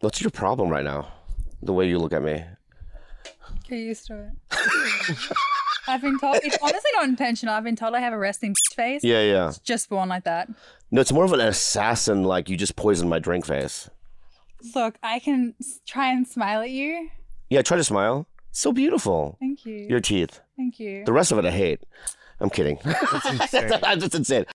What's your problem right now? The way you look at me. Get used to it. I've been told it's honestly not intentional. I've been told I have a resting bitch face. Yeah, yeah. It's just born like that. No, it's more of an assassin. Like you just poisoned my drink face. Look, I can s- try and smile at you. Yeah, try to smile. So beautiful. Thank you. Your teeth. Thank you. The rest of it, I hate. I'm kidding. That's insane. I'm just insane.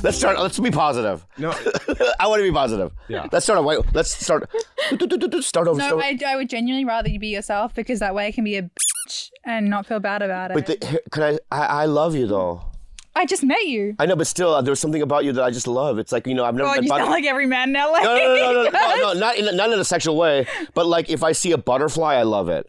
Let's start. Let's be positive. no, I want to be positive. Yeah. Let's start a white. Let's start. Start over. No, start- I, I would genuinely rather you be yourself because that way I can be a bitch and not feel bad about it. but the, here- could I, I? I love you though. I just met you. I know, but still, uh, there's something about you that I just love. It's like you know, I've never God, been. you butterf- sound like every man in LA. no, no, no, no, no, no, no, not in, a- not in a sexual way. But like, if I see a butterfly, I love it.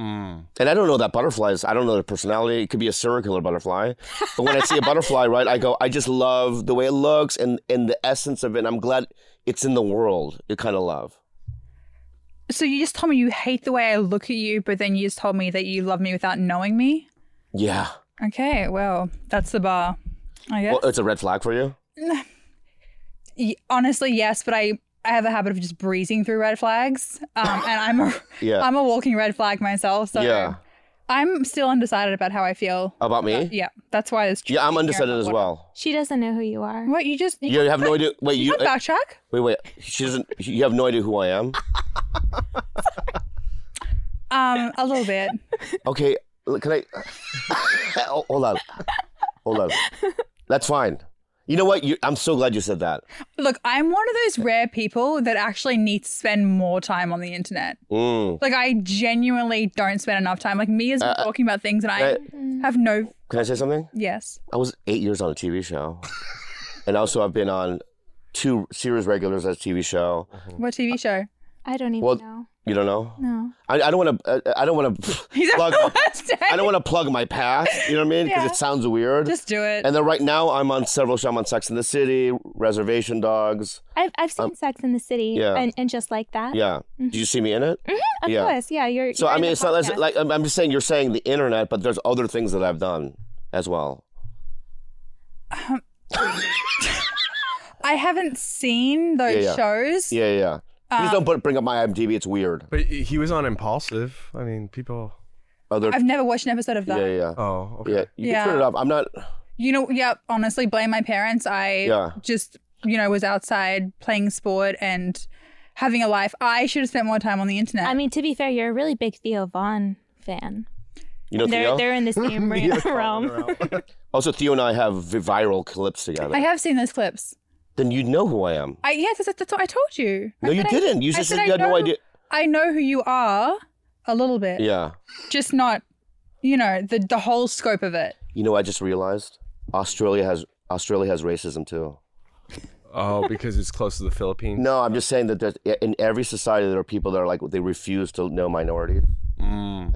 And I don't know that butterflies. I don't know their personality. It could be a serial killer butterfly, but when I see a butterfly, right, I go, I just love the way it looks and and the essence of it. And I'm glad it's in the world. You kind of love. So you just told me you hate the way I look at you, but then you just told me that you love me without knowing me. Yeah. Okay, well, that's the bar. I guess. Well, it's a red flag for you. Y- Honestly, yes, but I I have a habit of just breezing through red flags, um, and I'm a Yeah. am a walking red flag myself. So yeah. I'm still undecided about how I feel. About me. yeah. Yeah, that's why it's I'm undecided as well. She doesn't know who you are. What you just you You have no idea. Wait, you uh, can't backtrack? wait, wait. She doesn't. You have no idea who I am. Um, a little bit. Okay, l- can I? Oh, hold on, hold on. That's fine. You know what? You, I'm so glad you said that. Look, I'm one of those rare people that actually need to spend more time on the internet. Mm. Like I genuinely don't spend enough time. Like me has been talking about things and I uh, have no Can I say something? yes. I was eight years on a TV show, and also I've been on two series regulars as a TV show. What TV show? I don't even Well- know. You don't know? No. I, I don't want to. I, I don't want to He's plug. a first I don't want to plug my past. You know what I mean? Because Yeah. it sounds weird. Just do it. and then right now I'm on several shows. I'm on Sex in the City, Reservation Dogs. I've, I've seen Sex in the City um, yeah. and, and just like that. Yeah. Mm-hmm. Did you see me in it? Of yeah. course. Yeah. You're. So you're I in mean, the it's not that's- podcast. like I'm, I'm just saying you're saying the internet, but there's other things that I've done as well. I haven't seen those Yeah, yeah. shows. Uh, Yeah, yeah. yeah. Um, Please don't put, bring up my IMDb; it's weird. but he was on impulsive. I mean, people. Other, I've never watched an episode of yeah, that. yeah, yeah. Oh, okay. yeah. You Yeah. can turn it up. I'm not. You know, yeah, honestly, blame my parents. I Yeah. just, you know, was outside playing sport and having a life. I should have spent more time on the internet. I mean, to be fair, you're a really big Theo Vaughn fan. You know, They're Theo. they're in the same ra- realm. Also, Theo and I have vi- viral clips together. I have seen those clips. then you know who I am. I yes, that's, that's what I told you. I no, you said I- didn't. You I just said said I you had no know- idea. I know who you are a little bit. Yeah. Just not, you know, the the whole scope of it. You know, I just realized Australia has Australia has racism too. Oh, because it's close to the Philippines. No, I'm just saying that there's, in every society there are people that are like they refuse to know minorities. Mm.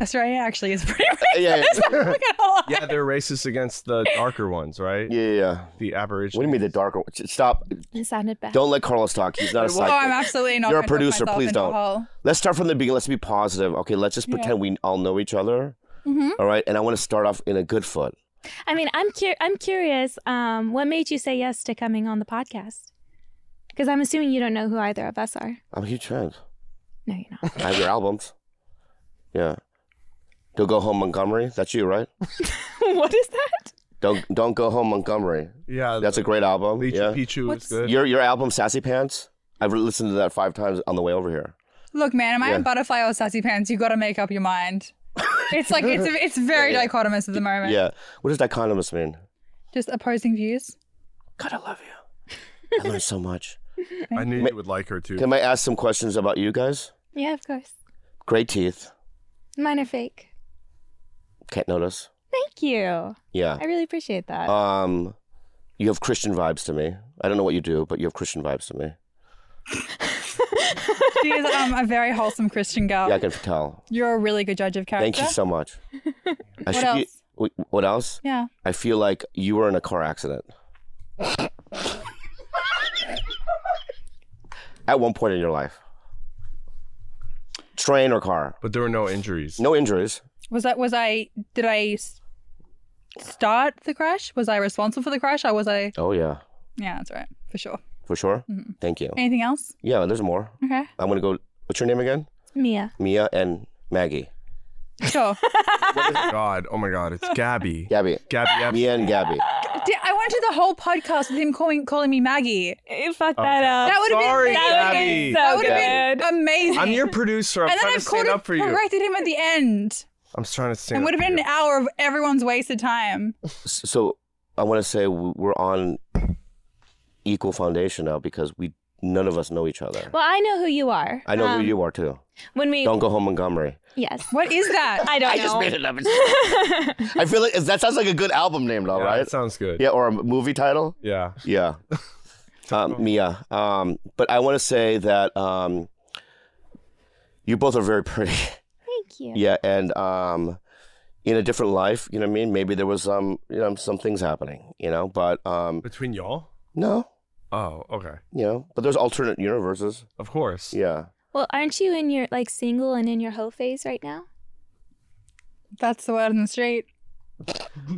Australia actually is pretty yeah, yeah, Yeah, they're racist against the darker ones, right? yeah, yeah. The What do Aboriginal. you mean the darker? Stop. It sounded bad. Don't let Carlos talk. He's not a Oh, psychic. I'm absolutely not. You're a gonna talk producer. myself Please into a don't. hole. Let's start from the beginning. Let's be positive. Okay, let's just pretend we all know each other. Mm-hmm. All right, and I want to start off in a good foot. I mean, I'm cur- I'm curious. Um, what made you say yes to coming on the podcast? Because I'm assuming you don't know who either of us are. I'm a huge fan. No, you're not. I have your albums. Yeah. Don't go home, Montgomery. That's you, right? what is that? Don't don't go home, Montgomery. Yeah, That's a great album. Lechu Yeah. Pichu was What's- good. Your your album, Sassy Pants. I've listened to that five times on the way over here. Look, man, am I Yeah. in butterfly or sassy pants? You got to make up your mind. It's like it's it's very dichotomous at the moment. Yeah. What does dichotomous mean? Just opposing views. God, I love you. I learned so much. I knew you would like her too. Can I ask some questions about you guys? Yeah, of course. Great teeth. Mine are fake. Can't notice. Thank you. Yeah. I really appreciate that. Um, you have Christian vibes to me. I don't know what you do, but you have Christian vibes to me. She is um, a very wholesome Christian girl. Yeah, I can tell. You're a really good judge of character. Thank you so much. I What should be- else? Wait, what else? yeah. I feel like you were in a car accident. At one point in your life. train or car. But there were no injuries. No injuries. Was that was I did I s- start the crash? Was I responsible for the crash? Or was I Oh yeah, Yeah, that's right. For sure. for sure. Mhm. Thank you. Anything else? Yeah, there's more. Okay. I'm gonna go. What's your name again? Mia. Mia and Maggie. Sure. God, oh my God, it's Gabby. Gabby. Gabby, F- Mia and Gabby. Did- I went to the whole podcast with him calling calling me Maggie. You fucked Oh. that up. That would have sorry, been amazing. Gabby. That That would would so have good. been amazing. I'm your producer. I'm and then trying to I've stand called up up for you. corrected him at the end. I'm just trying to It stand. would have up for been you. an hour of everyone's wasted time. S- So I want to say w- we're on equal foundation now because we none of us know each other. Well, I know who you are. I know Um, who you are too. When we Don't go home, Montgomery. yes, What is that? I don't know. it up. I feel like that sounds like a good album name, though, Yeah, right? That sounds good. Yeah, or a movie title. Yeah. Yeah. um, Mia. Um, but I want to say that um, you both are very pretty. Thank you. yeah, and um, in a different life, you know what I mean. Maybe there was um, you know, some things happening, you know. But um, Between y'all? no, Oh, okay. you know. But there's alternate universes. Of course. Yeah. Well, aren't you in your like single and in your hoe phase right now? That's the word on the street.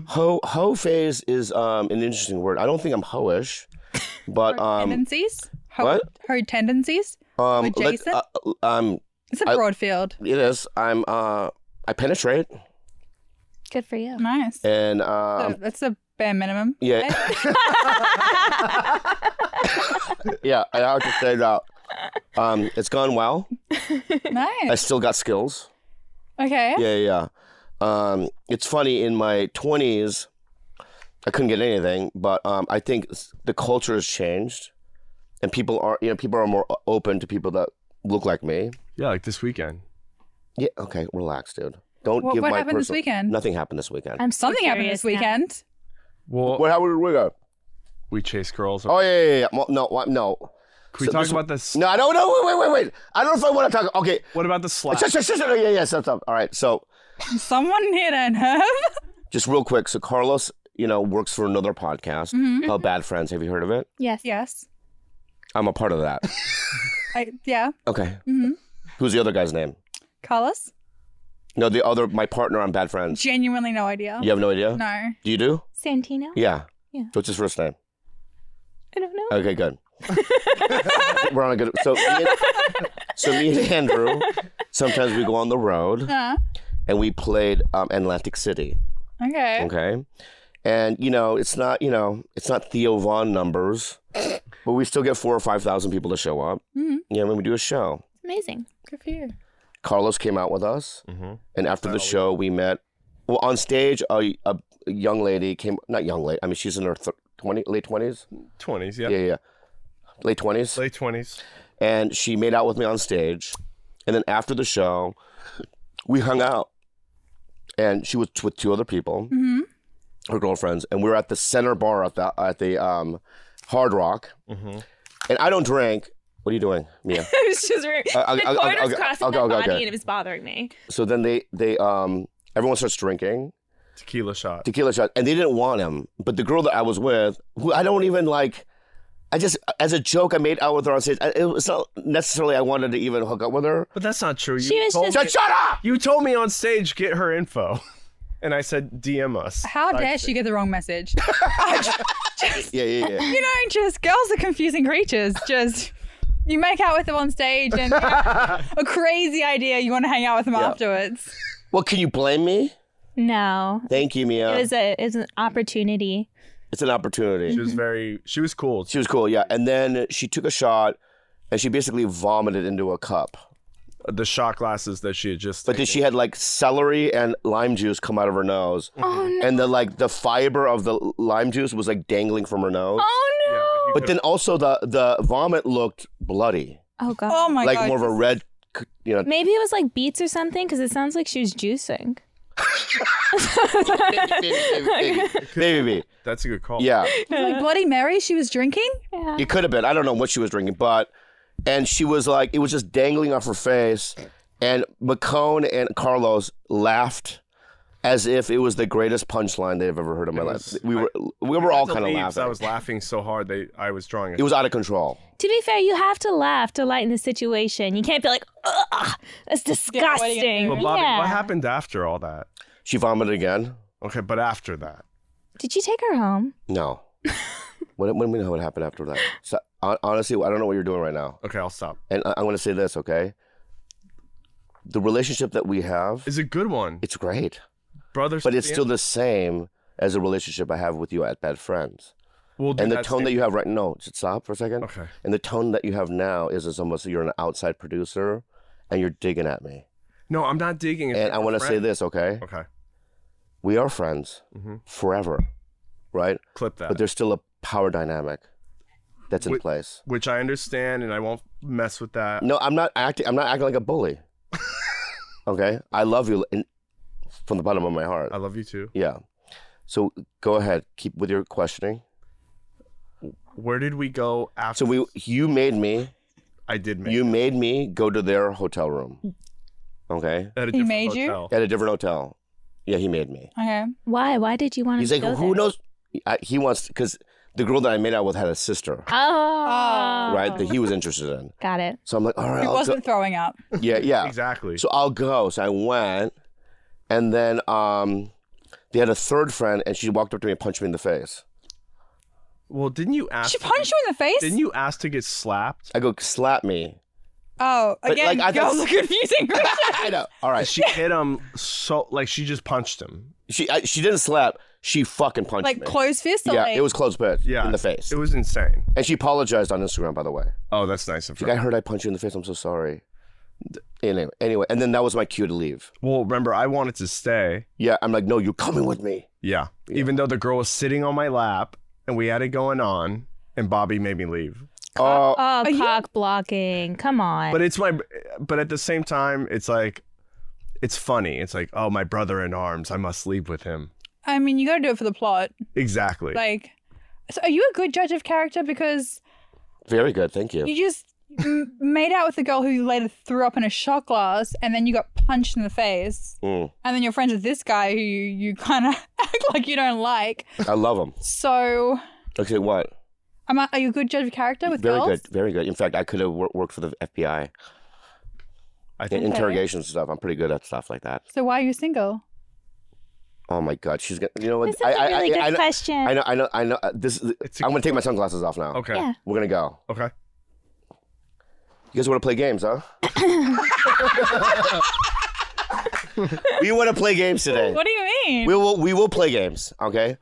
Ho ho phase is um, an interesting word. I don't think I'm hoish, but Her um, tendencies. Her, what? Her tendencies. um, With let- Jason? uh, um, It's a I- broad field. it is. I'm uh, I penetrate Good for you. Nice. and uh, I'm- So that's the bare minimum. yeah. Yeah, I have to say that. Um, it's gone well. I nice. still got skills. Okay. Yeah, yeah. yeah. Um, it's funny in my twenties, I couldn't get anything, but um, I think s- the culture has changed, and people are you know people are more o- open to people that look like me. Yeah, like this weekend. Yeah. Okay. Relax, dude. Don't What, give what my happened this personal- weekend? Nothing happened this weekend. I'm so Something happened this curious now. weekend. Well, what happened this weekend? we chase girls. Oh yeah, yeah, yeah. Mo- No, what- no, Can we so talk this- about this? no. I don't know. Wait, wait, wait, wait. I don't know if I want to talk. Okay. What about the slap? Shut, shut, shut, shut. Yeah, yeah. Stop, stop. All right. So. Someone hit an herb. just real quick. So Carlos, you know, works for another podcast Mm-hmm. called Bad Friends. Have you heard of it? Yes. Yes. I'm a part of that. I, yeah. okay. Mm-hmm. Who's the other guy's name? Carlos. No, the other my partner on Bad Friends. Genuinely no idea. You have no idea. No. Do you do? Santino. Yeah. Uh, Yeah. What's his first name? I don't know. Okay, good. We're on a good. So, me and, so me and Andrew, sometimes we go on the road Uh, and we played um, Atlantic City. okay. Okay. And you know, it's not you know, it's not Theo Vaughn numbers, but we still get four or five thousand people to show up. Mhm. Yeah, when we do a show, It's amazing. Good for you. Carlos came out with us, Mhm. and after the show, we met. Well, on stage, a, a young lady came. Not young lady. I mean, she's in her th- twenty, late twenties. 20s, Yeah. yeah. yeah, yeah, late twenties. Late 20s. And she made out with me on stage, and then after the show, we hung out, and she was t- with two other people, Mm-hmm. her girlfriends, and we were at the center bar at the at the um, Hard Rock. Mm-hmm. And I don't drink. What are you doing, Mia? it was just weird. Uh, okay, the okay, corner's okay, crossing okay, my okay, body okay. and it was bothering me. So then they they um everyone starts drinking. Tequila shot. tequila shot, and they didn't want him. But the girl that I was with, who I don't even like, I just as a joke I made out with her on stage. I, it was not necessarily I wanted to even hook up with her. But that's not true. You She was told Shut, just- shut up! You told me on stage, get her info. And I said, DM us. How dare she get the wrong message? I ju- just, Yeah, yeah, yeah. you know, just girls are confusing creatures. Just you make out with them on stage and you have a crazy idea. You want to hang out with them Yeah. afterwards. well, can you blame me? No. Thank you, Mia. It was a it was an opportunity. it's an opportunity. She was very, she was cool. She was cool, yeah. And then she took a shot, and she basically vomited into a cup. The shot glasses that she had just. But then she had like celery and lime juice come out of her nose, Oh no. and the like the fiber of the lime juice was like dangling from her nose. Oh no. But then also the the vomit looked bloody. Oh god. Oh my like god. more of a red, c- you know. Maybe it was like beets or something because it sounds like she was juicing. baby, baby, baby, baby. That's a good call. Yeah, like Bloody Mary, she was drinking. Yeah. it could have been. I don't know what she was drinking, but and she was like, it was just dangling off her face, and McCone and Carlos laughed as if it was the greatest punchline they've ever heard in my It life. was- We I- were we were all had to kind of leave 'cause laughing. I was laughing so hard they I was drawing. A, it was out of control. To be fair, you have to laugh to lighten the situation. You can't be like, ugh, that's Yeah, what are you gonna disgusting. do? but Bobby, Yeah. what happened after all that? She vomited again. Okay, but after that, Did you take her home? No. what, what do we know what happened after that? So, hon- honestly, I don't know what you're doing right now. okay, I'll stop. And I, I'm going to say this, okay? The relationship that we have, Is a good one, it's great, brothers. but it's still the same as the relationship I have with you at Bad Friends. We'll do And the that tone that same- you have right now, just stop for a second. Okay. And the tone that you have now is as almost you're an outside producer and you're digging at me. No, I'm not digging. It's and like I a want to say friend. this, okay? Okay, Mm-hmm. We are friends forever, right? clip that. But there's still a power dynamic that's in Wait- place. which I understand, and I won't mess with that. No, I'm not acting. I'm not acting like a bully. okay, I love you in, from the bottom of my heart. I love you too. Yeah. So go ahead, keep with your questioning. Where did we go So after? we, you made me, I did make you made me go to their hotel room. Okay, at a He different made you? hotel. at a different hotel. Yeah, he made me. Okay. Why? Why did you want He's to like, go who there? knows? I, he wants because the girl that I made out with had a sister, Oh. right? That he was interested in. Got it. So I'm like, all right, He I'll go. wasn't throwing up. Yeah, yeah. Exactly. So I'll go. So I went, and then um, they had a third friend, and she walked up to me and punched me in the face. well, didn't you ask? She punched you in the face? Didn't you ask to get slapped? I go, slap me. Oh, But, again, like, I girls thought- are confusing. I know. All right. She She hit him so like she just punched him. she, I, she didn't slap. She fucking punched like me. closed fist or yeah, like it was close but Yeah, in the face. It was insane. and she apologized on Instagram, by the way. Oh, that's nice of She's her. like, I heard I punched you in the face. I'm so sorry. Anyway, anyway, and then that was my cue to leave. Well, remember, I wanted to stay. Yeah, I'm like, no, you're coming with me. Yeah. Even though the girl was sitting on my lap and we had it going on, and Bobby made me leave. Oh, Oh, you- cock blocking. Come on. But it's my, but at the same time, it's like, it's funny. It's like, oh, my brother in arms. I must leave with him. I mean, you got to do it for the plot. Exactly. Like, so are you a good judge of character? Because very good. Thank you. you just m- made out with the girl who you later threw up in a shot glass, and then you got punched in the face, Mm, and then you're friends with this guy who you, you kind of act like you don't like. I love him. So, Okay, what? am I, are you a good judge of character with very girls? good. Very good. In fact, I could have wor- worked for the FBI. I In think interrogations and stuff. I'm pretty good at stuff like that. So why are you single? Oh my god, she's gonna. You know what? This is a really good I, know, question. I know. I know. I know. uh, This. Is, It's a I'm gonna take my sunglasses off now. Okay. Yeah. We're gonna go. Okay. You guys want to play games, huh? we want to play games today. What do you mean? We will. We will play games. Okay.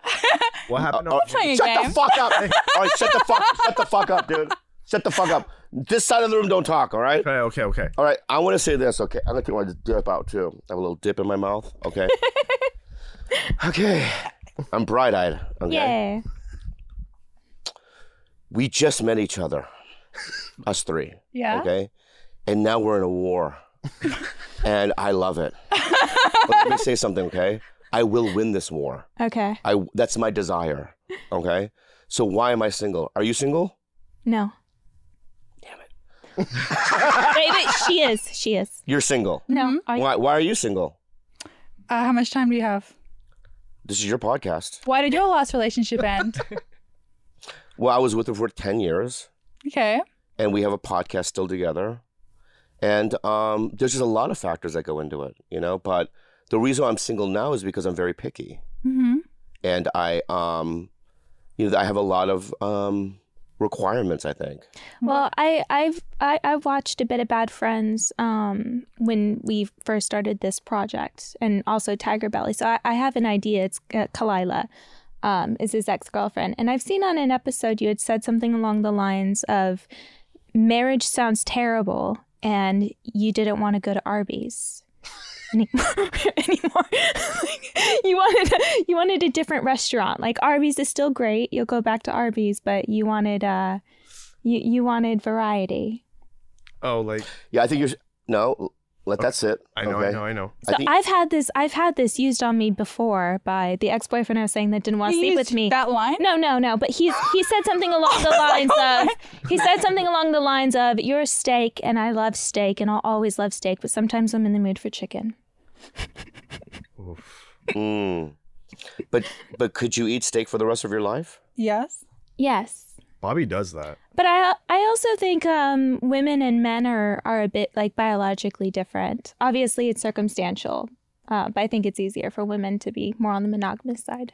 What happened? Oh, on- playing a shut game. the fuck up. all right. Shut the fuck. Shut the fuck up, dude. Shut the fuck up. This side of the room, don't talk. All right. okay. Okay. Okay. All right, I want to say this, okay? I'm gonna take my dip out too. I have a little dip in my mouth, okay? okay, I'm bright eyed, okay? Yeah. We just met each other, us three, yeah. okay? And now we're in a war, and I love it. But let me say something, okay? I will win this war. Okay. I that's my desire, okay? So why am I single? Are you single? No. Damn it. wait, wait. She is. She is. You're single. Mm-hmm. No. Are you- Why? Why are you single? Uh, how much time do you have? This is your podcast. Why did your last relationship end? Well, I was with her for ten years. okay. and we have a podcast still together. And um, there's just a lot of factors that go into it, you know. But the reason why I'm single now is because I'm very picky, Mm-hmm. and I, um, you know, I have a lot of um, requirements. I think. Well, I, I've I, I've watched a bit of Bad Friends um, when we first started this project, and also Tiger Belly. So I, I have an idea. It's uh, Kalila um, is his ex girlfriend, and I've seen on an episode you had said something along the lines of marriage sounds terrible, and you didn't want to go to Arby's. any- anymore Like, you wanted a, you wanted a different restaurant like arby's is still great you'll go back to arby's but you wanted uh you you wanted variety. Oh, like Yeah, I think you're. No, let that sit. I know. I okay? know. I know. I So think- I've had this I've had this used on me before by the ex boyfriend I was saying that didn't want to sleep with me. That line? no, no, no. But he's he said something along the lines of he said something along the lines of you're a steak and I love steak and I'll always love steak, but sometimes I'm in the mood for chicken. Oof. Mm. But but could you eat steak for the rest of your life? Yes. Yes. Bobby does that. But I I also think um, women and men are are a bit like biologically different. Obviously, it's circumstantial, uh, but I think it's easier for women to be more on the monogamous side.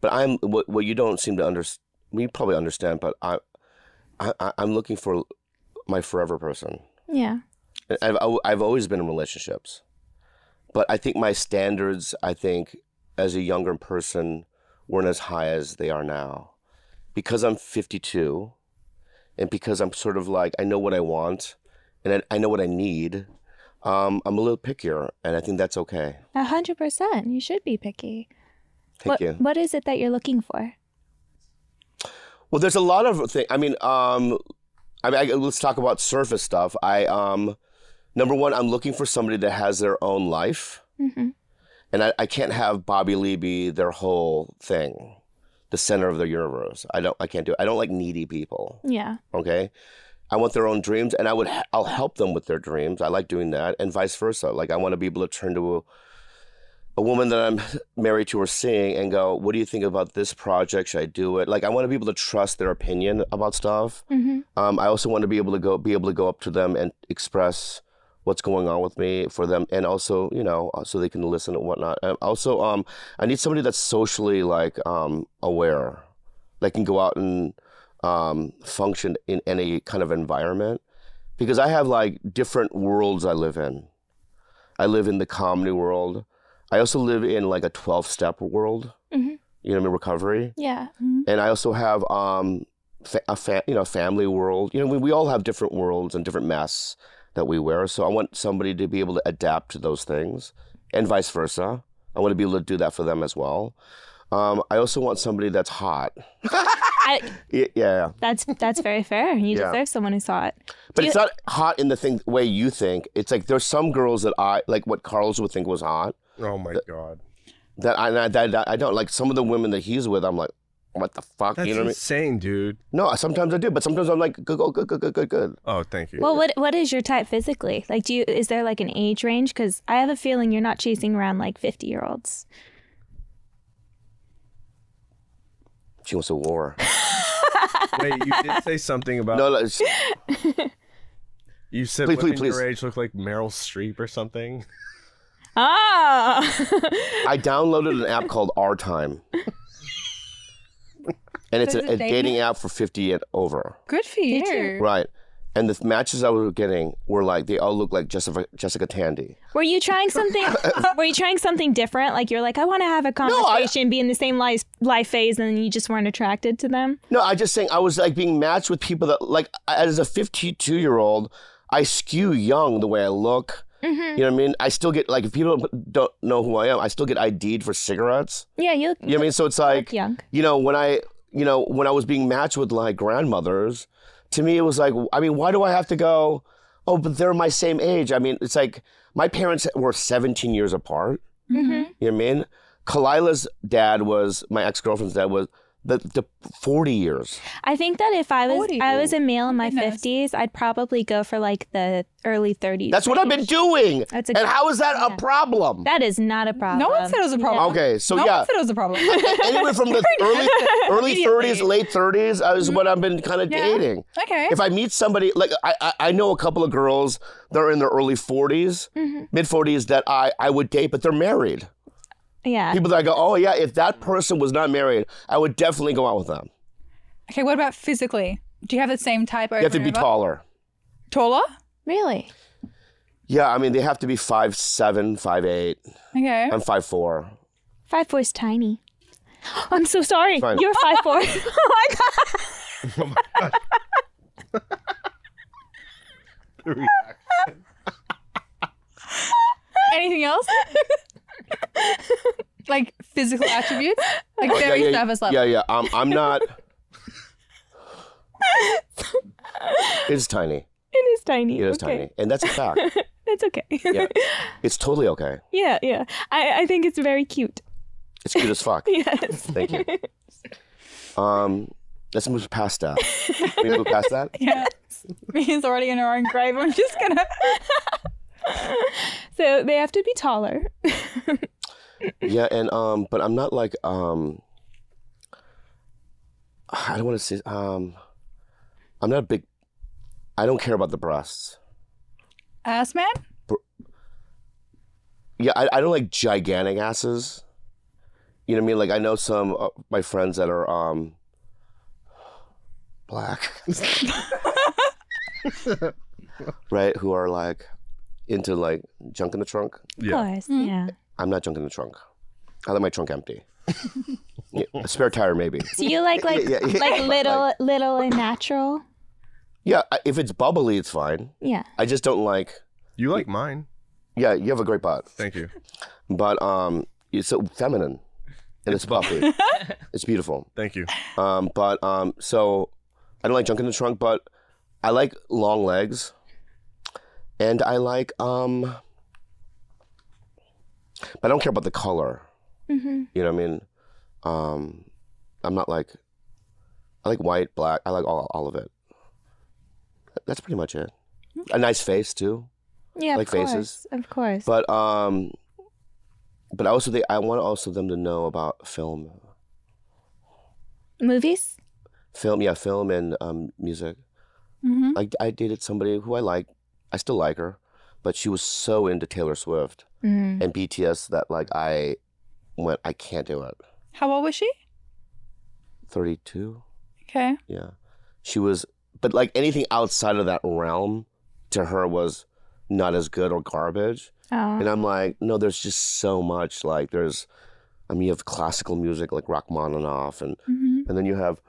But I'm what, what you don't seem to understand. We probably understand, but I, I I- I'm looking for my forever person. Yeah. I've al- I've always been in relationships, but I think my standards, I think, as a younger person, weren't as high as they are now, because I'm 52, and because I'm sort of like I know what I want, and I, I know what I need. Um, I'm a little pickier, and I think that's okay. A hundred percent. You should be picky. Thank what, you. What is it that you're looking for? Well, there's a lot of things. I mean, um, I mean, I, let's talk about surface stuff. I um, number one, I'm looking for somebody that has their own life, hmm and I, I can't have Bobby Lee be their whole thing, the center of their universe. I don't. I can't do. It. I don't like needy people. Yeah. Okay, I want their own dreams, and I would. h- I'll help them with their dreams. I like doing that, and vice versa. Like I want to be able to turn to a, a woman that I'm married to or seeing and go, "What do you think about this project? Should I do it?" Like I want to be able to trust their opinion about stuff. hmm Um, I also want to be able to go be able to go up to them and express what's going on with me for them, and also you know uh, so they can listen and whatnot. And also, um, I need somebody that's socially like um, aware, that can go out and um, function in any kind of environment, because I have like different worlds I live in. I live in the comedy world. I also live in like a twelve step world. Mhm. You know, what I mean recovery Yeah. Mm-hmm. and I also have um fa- a fa- you know family world. You know, we, we all have different worlds and different masks that we wear. So I want somebody to be able to adapt to those things, and vice versa. I want to be able to do that for them as well. Um, I also want somebody that's hot. I, Y- Yeah, that's that's very fair. You Yeah. deserve someone who's hot. but Do it's not hot in the thing way you think. It's like there's some girls that I like what Carl's would think was hot Oh my god, that I that, that I don't like. Some of the women that he's with, I'm like, what the fuck? that's you know what I mean? insane, dude. No, sometimes I do, but sometimes I'm like, good, good, good, good, good, good. Oh, thank you. Well, what what is your type physically? Like, do you is there like an age range? Because I have a feeling you're not chasing around like fifty year olds. She wants a war. Wait, you did say something about No, like, you said Please, please, women please. your age look like Meryl Streep or something. Ah. I downloaded an app called R Time. And it's Does a, it a date dating you? app for 50 and over. Good for you. Did you? Right. And the matches I was getting were like, they all look like Jessica, Jessica Tandy. Were you trying something? were you trying something different? Like you're like, I want to have a conversation, be in the same life life phase, and you just weren't attracted to them. No, I just saying, I was like being matched with people that, like, as a 52 year old, I skew young the way I look. Mm-hmm. You know what I mean? I still get, like, if people don't know who I am, I still get ID'd for cigarettes. Yeah, you look You know what I mean? So it's like, young. you know, when I, you know, when I was being matched with like grandmothers, to me it was like, I mean, why do I have to go? Oh, but they're my same age. I mean, it's like my parents were 17 years apart. Mm-hmm. Mhm. You know what I mean? Kalila's dad was my ex girlfriend's dad was the, the 40 years. I think that if I was Forty. Oh, I was a male in my Goodness. fifties, I'd probably go for like the early thirties. That's what I've been doing. That's a And how is that Yeah. a problem? that is not a problem. No one said it was a problem. Okay, so no yeah, one said it was a problem. anywhere from the early early Immediately. 30s, late 30s Mm-hmm. is what I've been kind of Yeah. dating. okay. if I meet somebody like I, I, I know a couple of girls that are in their early 40s, mid 40s that I, I would date, but they're married. Yeah. People that I go, oh yeah, if that person was not married, I would definitely go out with them. okay, what about physically? Do you have the same type over They have to and be over? taller. Taller? Really? Yeah, I mean they have to be five seven, five eight. Okay. I'm five four. Five four is tiny. I'm so sorry. Fine. You're five four. oh my god. Oh Anything else? like physical attributes? Like very yeah, surface yeah, level. yeah, yeah. Um, I'm not. it's tiny. It is tiny. It is okay. tiny, and that's a fact. That's okay. Yeah. It's totally okay. yeah, yeah. I, I think it's very cute. It's cute as fuck. Yes. Thank you. Um, let's move past that. Can we move past that? Yeah. Mia's already in her own grave. I'm just gonna So they have to be taller. yeah, and um, but I'm not like um, I don't want to say um, I'm not a big. I don't care about the breasts. Ass man? Yeah, I, I don't like gigantic asses. You know what I mean? Like I know some uh, my friends that are um black, right? Who are like into like junk in the trunk. Yeah. Of course. Mm-hmm. Yeah. I'm not junk in the trunk. I like my trunk empty. yeah, a spare tire maybe. So you like like Yeah, yeah. like little little and natural? Yeah, I- if it's bubbly, it's fine. Yeah. I just don't like. You like mine. Yeah, you have a great butt, Thank you. but um, it's so feminine, and it's bubbly. it's beautiful. Thank you. Um, but um, so I don't like junk in the trunk, but I like long legs, and I like um, but I don't care about the color. Mhm. You know what I mean? Um, I'm not like I like white, black. I like all all of it. That's pretty much it. A nice face too, Yeah. Like of course. faces. Of course. but um, but I also think I want also them to know about film, Movies? film, yeah, film and um, music. Mm-hmm. I, I dated somebody who I like. I still like her, but she was so into Taylor Swift Mm. and BTS that like I went, I can't do it. How old was she? Thirty two, Okay. yeah. She was, but like anything outside of that realm, to her was not as good or garbage. Oh. And I'm Mm-hmm. like, no, there's just so much. Like there's, I mean, you have classical music like Rachmaninoff, and Mm-hmm. Mhm. and then you have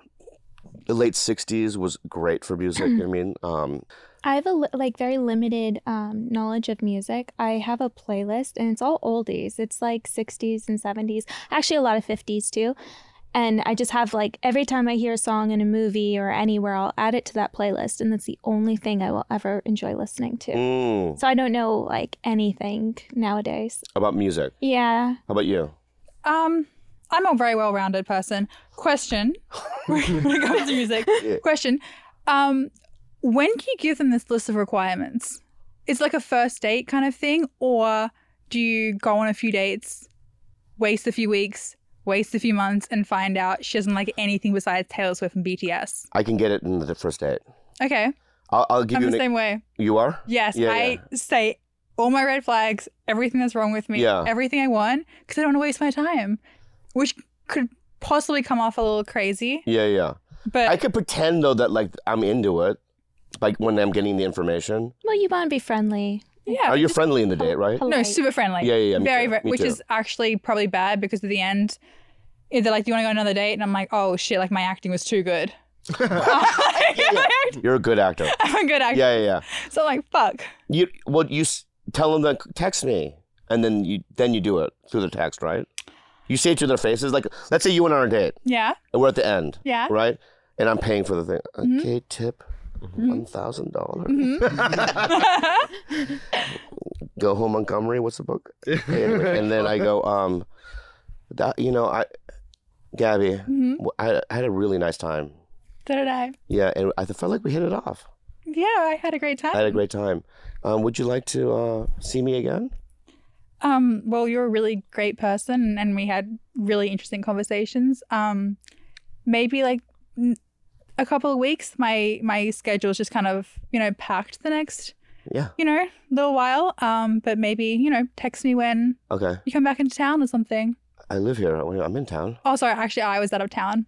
the late '60s was great for music. Mm. I mean, um, I have a li- like very limited um, knowledge of music. I have a playlist, and it's all oldies. It's like '60s and '70s, actually a lot of '50s too. And I just have like every time I hear a song in a movie or anywhere, I'll add it to that playlist, and that's the only thing I will ever enjoy listening to. mm, So I don't know like anything nowadays. about music. Yeah, How about you? Um, I'm a very well-rounded person. Question when it comes to music. Yeah. Question. Um, when do you give them this list of requirements? It's like a first date kind of thing, or do you go on a few dates, waste a few weeks, waste a few months, and find out she doesn't like anything besides Taylor Swift and BTS? I can get it in the first date. Okay, I'll, I'll give I'm you. the An, e- same way. You are. Yes, Yeah, I say all my red flags, everything that's wrong with me, Yeah. everything I want, because I don't want to waste my time, which could possibly come off a little crazy. Yeah, yeah. But I could pretend though that like I'm into it, like when I'm getting the information. well, you want to be friendly. yeah, Are you friendly in the date, right? no, polite. super friendly. Yeah, yeah, yeah. me very, too, very, me which too. is actually probably bad because at the end, they're like, "Do you want to go on another date?" And I'm like, "Oh shit! Like my acting was too good. You're a good actor. I'm a good actor." Yeah, yeah, yeah. So I'm like, "Fuck." You well, you s- tell them that text me, and then you then you do it through the text, right? You say it to their faces. Like, let's say you and I are on a date, Yeah, and we're at the end, yeah. right? And I'm paying for the thing. Okay, tip. One thousand Mm-hmm. dollars. Go home, Montgomery. What's the book? Okay, anyway, and then I go, um, that you know, I, Gabby, Mm-hmm. w- I, I had a really nice time. Da da da. Yeah, and I felt like we hit it off. Yeah, I had a great I had time. a great time. Um, would you like to uh, see me again? Um, well, you're a really great person, and we had really interesting conversations. Um, maybe like n- a couple of weeks. My my schedule's just kind of you know packed the next Yeah. you know little while. Um, but maybe you know text me when Okay. you come back into town or something. I live here. I'm in town. Oh, sorry, actually, I was out of town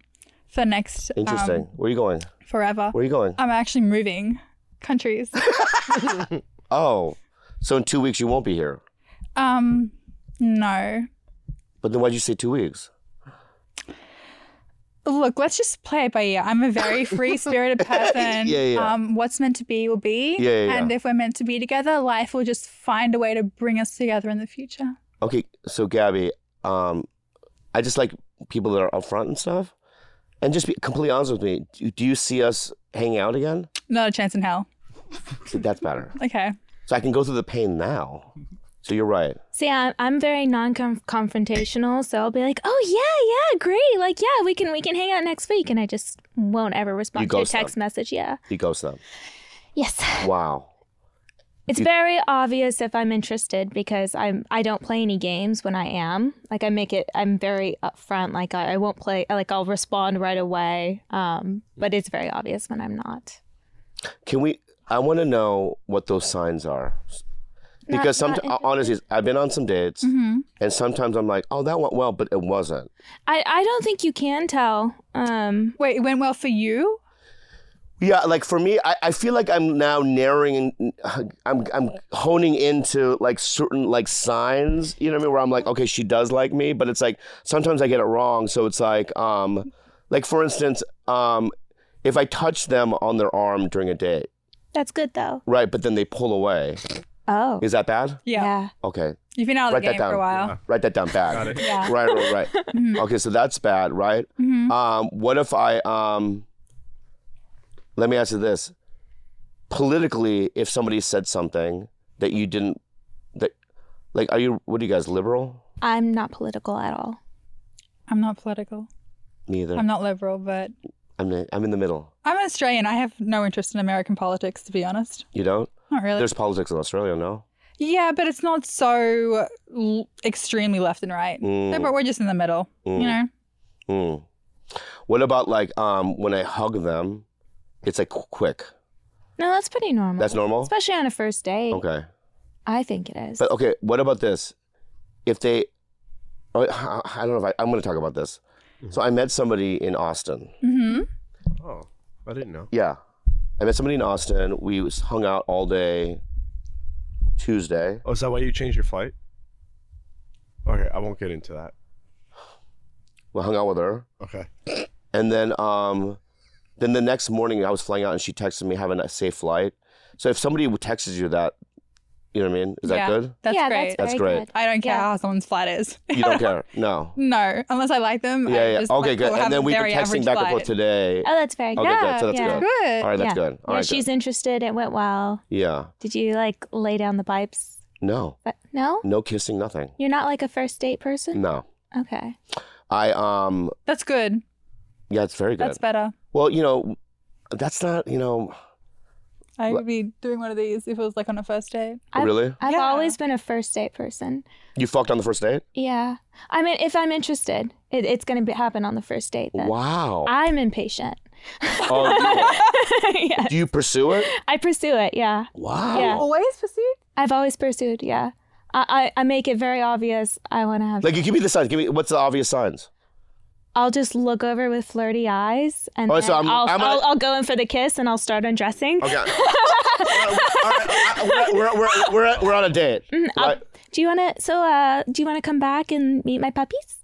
for the next um, uh, Interesting. Where are you going? forever. Where are you going? I'm actually moving countries. Oh, so in two weeks you won't be here. um, no, But then why'd you say two weeks? Look, let's just play it by ear. I'm a very free spirited person. Yeah, yeah. Um, what's meant to be will be. Yeah, yeah, yeah. And if we're meant to be together, life will just find a way to bring us together in the future. Okay, so Gabby, um, I just like people that are upfront and stuff. And just be completely honest with me. Do, do you see us hanging out again? Not a chance in hell. See, that's better. Okay. So I can go through the pain now. So you're right. See, I'm, I'm very non-confrontational, so I'll be like, "Oh yeah, yeah, great, like yeah, we can we can hang out next week," and I just won't ever You respond to a ghost text message. Yeah, You ghost them. yes, Wow. It's very obvious if I'm interested because I'm I don't play any games when I am. Like I make it I'm very upfront. Like I, I won't play like I'll respond right away. Um, but it's very obvious when I'm not. Can we? I want to know what those signs are, Not- because some not interested. honestly, I've been on some dates, Mm-hmm. and sometimes I'm like, oh, that went well, but it wasn't. I, I don't think you can tell. Um Wait, it went well for you? Yeah, like for me, I, I feel like I'm now narrowing, I'm I'm honing into like certain like signs, you know what I mean? Where I'm like, okay, she does like me, but it's like sometimes I get it wrong, so it's like, um, like for instance, um, if I touch them on their arm during a date, that's good though. right, but then they pull away, Oh. is that bad? Yeah. Okay, You've been out of Write the that game for down. a while. write that down, bad. Got it. Yeah. Right, right, right. Mhm. Okay, so that's bad, right? Mhm. Um, what if I um, let me ask you this: politically, if somebody said something that you didn't, that like, are you what are you guys liberal? I'm not political at all. I'm not political. Neither. I'm not liberal, but I'm, the- I'm in the middle. I'm an Australian. I have no interest in American politics, to be honest. You don't. Not really. There's politics in Australia, no? Yeah, but it's not so l- extremely left and right. Mm. No, but we're just in the middle, Mm. you know? Mm. What about like um, when I hug them, it's like qu- quick. No, that's pretty normal. That's normal. Especially on a first date. Okay. I think it is. But oh, okay, what about this? If they, oh, I I don't know if I, I'm going to talk about this. So I met somebody in Austin. hmm Oh, I didn't know. Yeah, I met somebody in Austin. We was- hung out all day Tuesday. Oh, is that why you changed your flight? Okay, I won't get into that. We hung out with her, Okay. and then um, then the next morning I was flying out, and she texted me, "Have a nice- safe flight." So if somebody texts you that, you know what I mean? Is that Yeah. good? That's yeah, great. that's, That's very great. good. I don't care Yeah. how someone's flight is. You don't care? No. No, unless I like them. I Yeah, yeah. just, Okay, like, good. will have And a then we've been very texting average Uh, back and flight. forth today. Oh, that's very Okay, good. good. So that's yeah. good. Good. All right, that's Yeah. good. All yeah, right, she's good. interested. It went well. yeah. Did you like lay down the pipes? No. But no, No kissing, nothing. you're not like a first date person. No. Okay. I um That's good. yeah, it's very good. That's better. well, you know, that's not, you know, I Wha- would be doing one of these if it was like on a first date. I've- really? I've Yeah. always been a first date person. You fucked on the first date? Yeah. I mean, if I'm interested, it, it's going to happen on the first date. Then Wow. I'm impatient. Oh, you are. yeah. Do you pursue it? I pursue it. Yeah. Wow. Yeah. Always pursued? I've always pursued. Yeah. I, I, I make it very obvious. I want to have. Like you give me the signs. Give me what's the obvious signs? I'll just look over with flirty eyes, and Oh, then so I'm- I'll, I'm a- will I'll go in for the kiss, and I'll start undressing. Okay. All right, all right, we're, we're, we're, we're on a date. I'll- Right? Um, Do you want to? So, uh, do you want to come back and meet my puppies?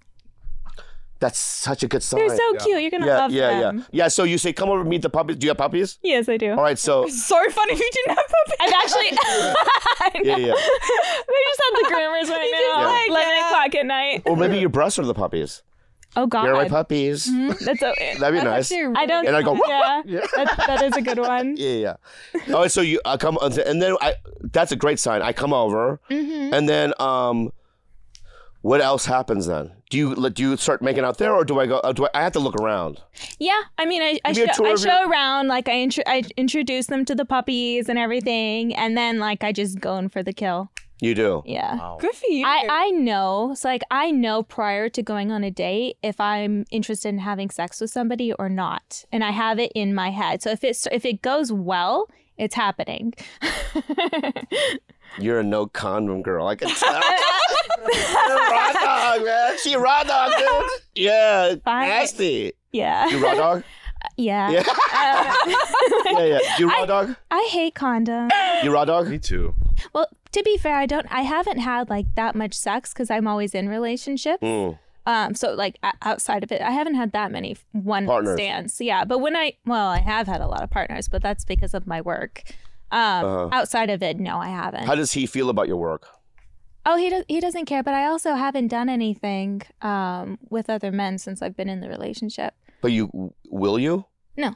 That's such a good sign. They're so Yeah. cute. You're gonna yeah, love yeah, them. yeah. Yeah, so you say come over and meet the puppies. Do you have puppies? Yes, I do. All right, so So funny if you didn't have puppy. I've actually. I yeah, know. yeah. We just had the groomers right now, Yeah. like, eleven yeah. o'clock at night. Or maybe your breasts are the puppies. Oh God, Mm-hmm. You're my puppies. that's a, That'd be That's nice. actually I really- don't. And I go, "Whoop." Yeah, Yeah. That, that is a good one. Yeah, yeah. Oh, so you I come and then I that's a great sign. I come over hmm and then um what else happens then? Do you like, do you start making out there or do I go oh, do I, I have to look around? Yeah, I mean, I, I, Give me a show, tour I of your- show around, like I, intro- I introduce them to the puppies and everything, and then like I just go in for the kill. You do. Yeah. Good for you. I, I know, so like I know prior to going on a date if I'm interested in having sex with somebody or not, and I have it in my head. So if it's if it goes well, it's happening. You're a no condom girl. I can tell. You're a raw dog, man. She a raw dog, dude. Yeah. Fine. Nasty. You yeah, raw dog? yeah. Yeah. Um, Yeah, yeah. You raw I- dog? I hate condoms. You raw dog? Me too. Well, to be fair, I don't. I haven't had like that much sex because I'm always in relationships. Mm. Um, so like o- outside of it, I haven't had that many f- one Partners. night stands. Yeah, but when I well, I have had a lot of partners, but that's because of my work. Um, Uh-huh. outside of it, no, I haven't. How does he feel about your work? oh, he does. He doesn't care. But I also haven't done anything um with other men since I've been in the relationship. But you will you? No.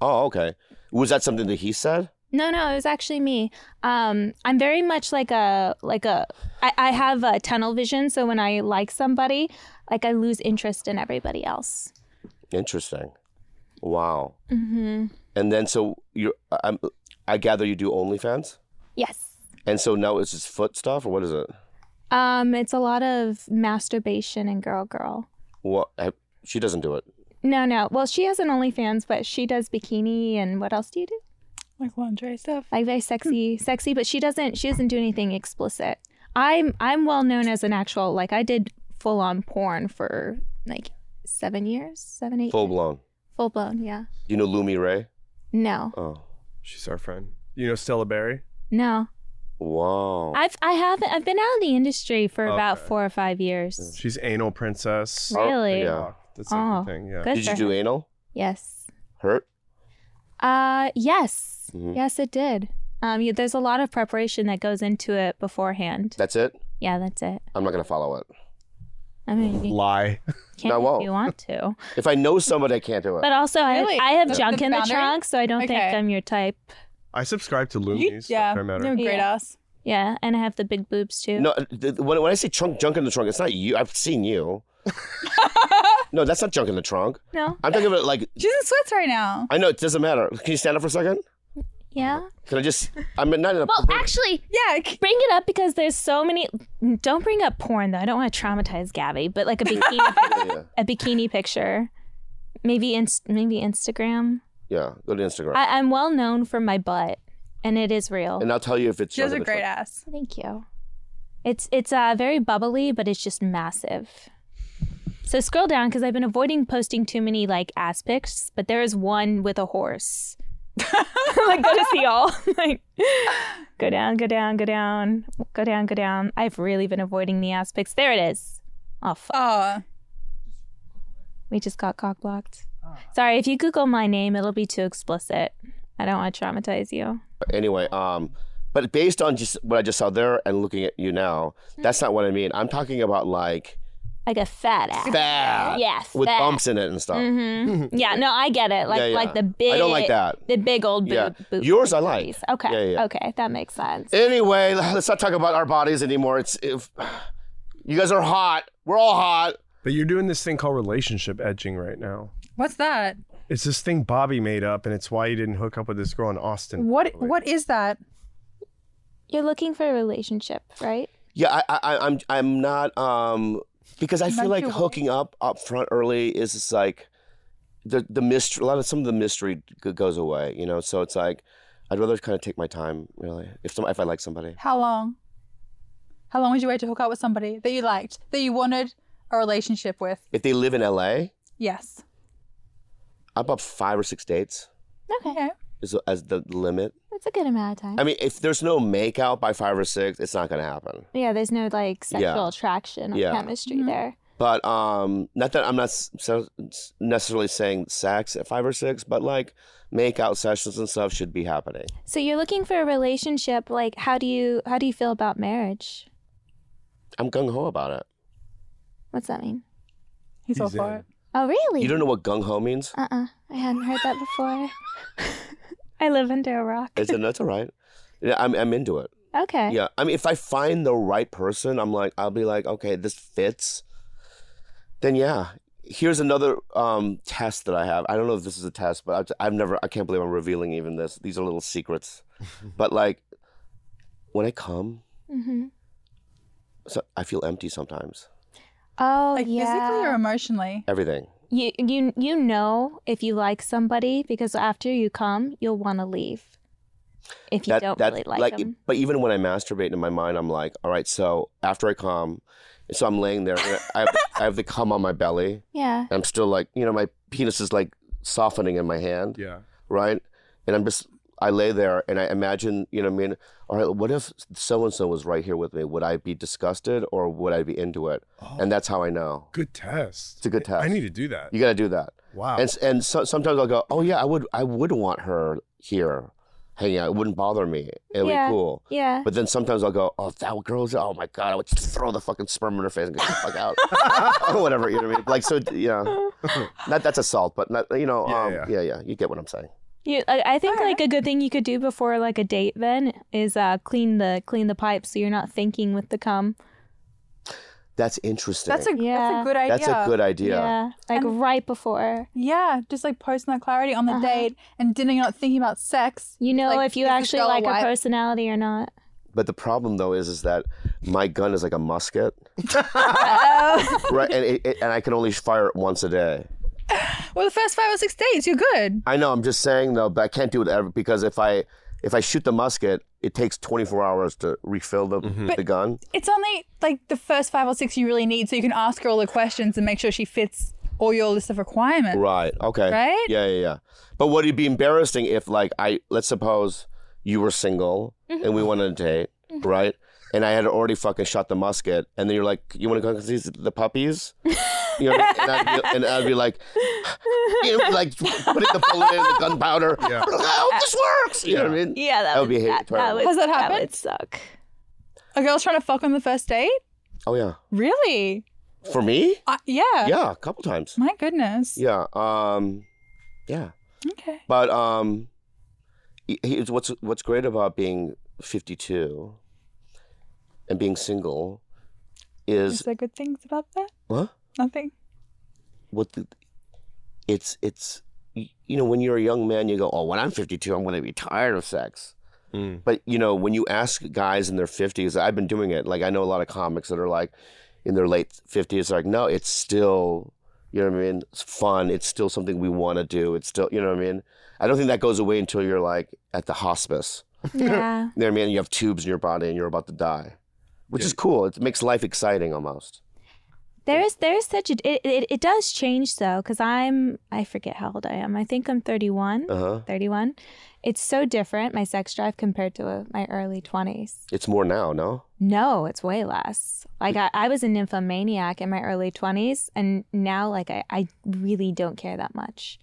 Oh, okay. Was that something that he said? No, no, it was actually me. Um, I'm very much like a like a. I, I have a tunnel vision, so when I like somebody, like I lose interest in everybody else. Interesting. Wow. Mm-hmm. And then so you're I'm I gather you do OnlyFans? Yes. And so now it's just foot stuff, or what is it? Um, it's a lot of masturbation and girl girl. What I, she doesn't do it. No, no. Well, she has an OnlyFans, but she does bikini and what else do you do? Like lingerie stuff. Like very sexy, sexy, but she doesn't she doesn't do anything explicit. I'm I'm well known as an actual like I did full on porn for like seven years, seven, eight Full blown. full blown, yeah. You know Lumi Ray? No. Oh, She's our friend. You know Stella Barry? No. wow. I've I haven't I've been out of the industry for about Okay. four or five years. She's anal princess. Oh, Really? yeah. Fuck, That's like Oh. the thing. Yeah. Good Did you for do her. anal? Yes. Hurt? Uh yes. Mhm. Yes it did. Um you, there's a lot of preparation that goes into it beforehand. That's it. Yeah, that's it. I'm not gonna follow it. I mean you Lie. can I if won't. you want to. If I know somebody, I can't do it. But also Really? I I have That's junk the in the boundary? trunk, so I don't think Okay. I'm your type. I subscribe to You, Lumi's. yeah, Yeah. I met you her. have great Yeah. ass. Yeah, and I have the big boobs too. No, th- when, when I say trunk, junk in the trunk, it's not you. I've seen you. no, that's not junk in the trunk. No? I'm talking about like She's in sweats right now. I know it doesn't matter. Can you stand up for a second? Yeah. Can I just? I'm not in a. Well, actually, Yeah, c- bring it up because there's so many. Don't bring up porn though. I don't want to traumatize Gabby, but like a bikini, yeah, a bikini picture, maybe inst- maybe Instagram. yeah. Go to Instagram, I- I'm well known for my butt, and it is real. and I'll tell you if it's. she has a junk in the great trunk. ass. Thank you. It's it's uh, very bubbly, but it's just massive. So scroll down because I've been avoiding posting too many like ass pics, but there is one with a horse. like go to see all. like go down, go down, go down, go down, go down. I've really been avoiding the ass pics. There it is. Oh fuck. Oh, We just got cock blocked. Sorry, if you Google my name, it'll be too explicit. I don't want to traumatize you. Anyway, um, but based on just what I just saw there and looking at you now, that's not what I mean. I'm talking about like Like a fat ass. fat, Yeah, with fat. bumps in it and stuff. hmm Yeah, no, I get it. Like Yeah, yeah. like the big I don't like that. Mm-hmm. The big old boob. Yeah. boob Yours I bodies. like. Okay. Yeah, yeah. Okay, that makes sense. Anyway, let's not talk about our bodies anymore. It's if you guys are hot, we're all hot. But you're doing this thing called relationship edging right now. what's that? It's this thing Bobby made up, and it's why you didn't hook up with this girl in Austin. What What is that? You're looking for a relationship, right? Yeah, I, I, I'm, I'm not, um, because I feel Not like too hot. hooking up up front early is just like the the mystery. A lot of some of the mystery g- goes away, you know. So it's like I'd rather kind of take my time, really. If some, if I like somebody, How long? How long would you wait to hook up with somebody that you liked, that you wanted a relationship with? if they live in L.A., Yes. I'm up five or six dates Okay. Okay. is as the limit. That's a good amount of time. I mean, if there's no makeout by five or six, it's not gonna happen. yeah, there's no like sexual Yeah. attraction or Yeah. chemistry Mhm. there. But um, not that I'm not s- so- s- necessarily saying sex at five or six, but like makeout sessions and stuff should be happening. So you're looking for a relationship. Like, how do you how do you feel about marriage? I'm gung ho about it. What's that mean? He's, all He's for in. it. Oh, really? You don't know what gung ho means? Uh uh I hadn't heard that before. I live under a rock. I said, that's all right. Yeah, I'm, I'm into it. Okay. Yeah. I mean, if I find the right person, I'm like, I'll be like, okay, this fits. Then, yeah. Here's another um, test that I have. I don't know if this is a test, but I've, I've never, I can't believe I'm revealing even this. These are little secrets. but like, when I come, Mm-hmm. so I feel empty sometimes. Oh, Like yeah. physically or emotionally? Everything. you you you know if you like somebody because after you come you'll want to leave if you don't really like, them But even when I masturbate in my mind, I'm like, all right, so after I come, so I'm laying there, and I, have, I have the cum on my belly. yeah I'm still like, you know, my penis is like softening in my hand, Yeah. right? And I'm just, I lay there and I imagine, you know, what I mean, all right, what if so and so was right here with me? Would I be disgusted or would I be into it? Oh, And that's how I know. Good test. It's a good test. I need to do that. You got to do that. Wow. And s- and so, sometimes I'll go, oh yeah, I would, I would want her here, hanging out. It wouldn't bother me. It would Yeah. be cool. yeah But then sometimes I'll go, oh, that girl's, oh my God, I would just throw the fucking sperm in her face and get the fuck out. or whatever, you know what I mean? Like, so, yeah. Not, that's assault, but, not, you know, Yeah, um, yeah. yeah. yeah, You get what I'm saying. you I, I think Alright. like a good thing you could do before like a date then is uh clean the clean the pipe so you're not thinking with the cum That's interesting. That's a that's Yeah. a good idea. That's a good idea. like And- right before Yeah, just like posting that clarity on the Uh-huh. date and dinner. You're not thinking about sex. you know Like, if you is this actually girl a like a wife? personality or not But the problem though is, is that my gun is like a musket, Oh. right? And it, it, and I can only fire it once a day. well, the first five or six days, you're good. I know. I'm just saying though, but I can't do it ever because if I if I shoot the musket, it takes 24 hours to refill the Mm-hmm. the gun. It's only like the first five or six you really need, so you can ask her all the questions and make sure she fits all your list of requirements. Right. Okay. Right? Yeah, yeah, yeah. But would it be embarrassing if, like, I let's suppose you were single and Mm-hmm. we went on a date, right? And I had already fucking shot the musket, and then you're like, "You want to go see the puppies?" You know, what I mean? and, I'd be, and I'd be like, you know, like putting the bullet in the gunpowder. Yeah. Oh, this works. You know what I mean? Yeah, that, That would would be that, terrible. would- Has that happened? would suck. A girl's trying to fuck on the first date? Oh yeah. Really? For me? Uh, yeah. Yeah, a couple times. My goodness. Yeah. Um, yeah. Okay. But um, he- he's- what's what's great about being 52 and being single Is is there good things about that? what Nothing. what the, it's it's y- you know when you're a young man you go oh when I'm 52 I'm going to be tired of sex. Mm. But you know when you ask guys in their 50s I've been doing it like I know a lot of comics that are like in their late 50s like no it's still you know what I mean it's fun it's still something we want to do it's still you know what I mean I don't think that goes away until you're like at the hospice. Yeah. You know what I mean? You have tubes in your body and you're about to die, which is cool. It makes life exciting almost. There is there is such a it it, it does change though because I'm I forget how old I am I think I'm 31 Uh huh. 31 it's so different my sex drive compared to uh, my early 20s It's more now, no? no it's way less like I, I was a nymphomaniac in my early 20s and now like I, I really don't care that much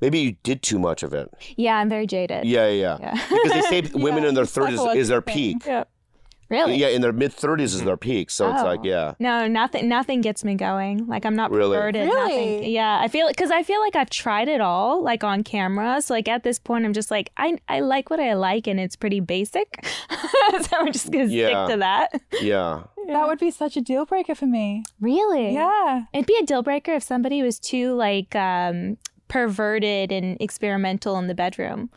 Maybe you did too much of it. yeah I'm very jaded Yeah, yeah, yeah. yeah Because they say women in their it's like 30s a is their thing. peak. yeah really Yeah, in their mid 30s is their peak. So it's Oh. like, yeah. No, nothing. Nothing gets me going. Like I'm not Really? perverted. Nothing. Really? Yeah, I feel because I feel like I've tried it all, like on camera. So like at this point, I'm just like I I like what I like, and it's pretty basic. so I'm just gonna Yeah. stick to that. Yeah. That would be such a deal breaker for me. Really? Yeah. It'd be a deal breaker if somebody was too like um perverted and experimental in the bedroom.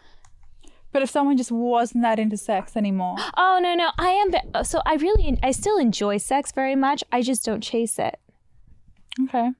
But if someone just wasn't that into sex anymore, Oh no no, I am. Be- so I really I still enjoy sex very much. I just don't chase it. okay.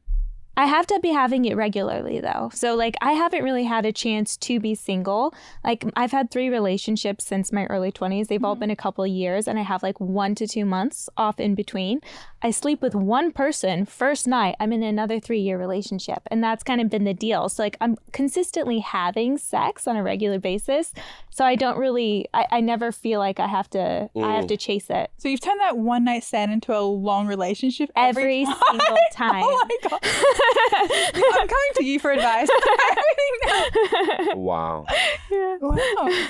I have to be having it regularly though. So like I haven't really had a chance to be single. Like I've had three relationships since my early 20s. They've all been a couple of years and I have like 1 to 2 months off in between. I sleep with one person first night. I'm in another 3-year relationship and that's kind of been the deal. So like I'm consistently having sex on a regular basis. So I don't really I, I never feel like I have to I have to chase it So you've turned that one night stand into a long relationship every time. single time. Oh my god! I'm coming to you for advice. Everything Wow. now. Wow, good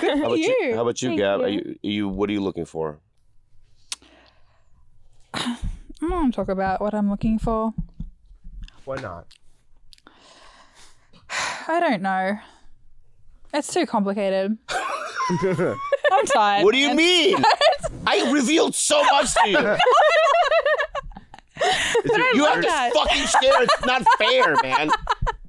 How for about you, you. how about you Thank Gab? you. Are you, you, what are you looking for? I'm gonna Mm, talk about what I'm looking for. Why not? I don't know. It's too complicated. I'm tired. What do you mean? I revealed so much to you. Is it You have weird? to that. fucking share. It's not fair, man.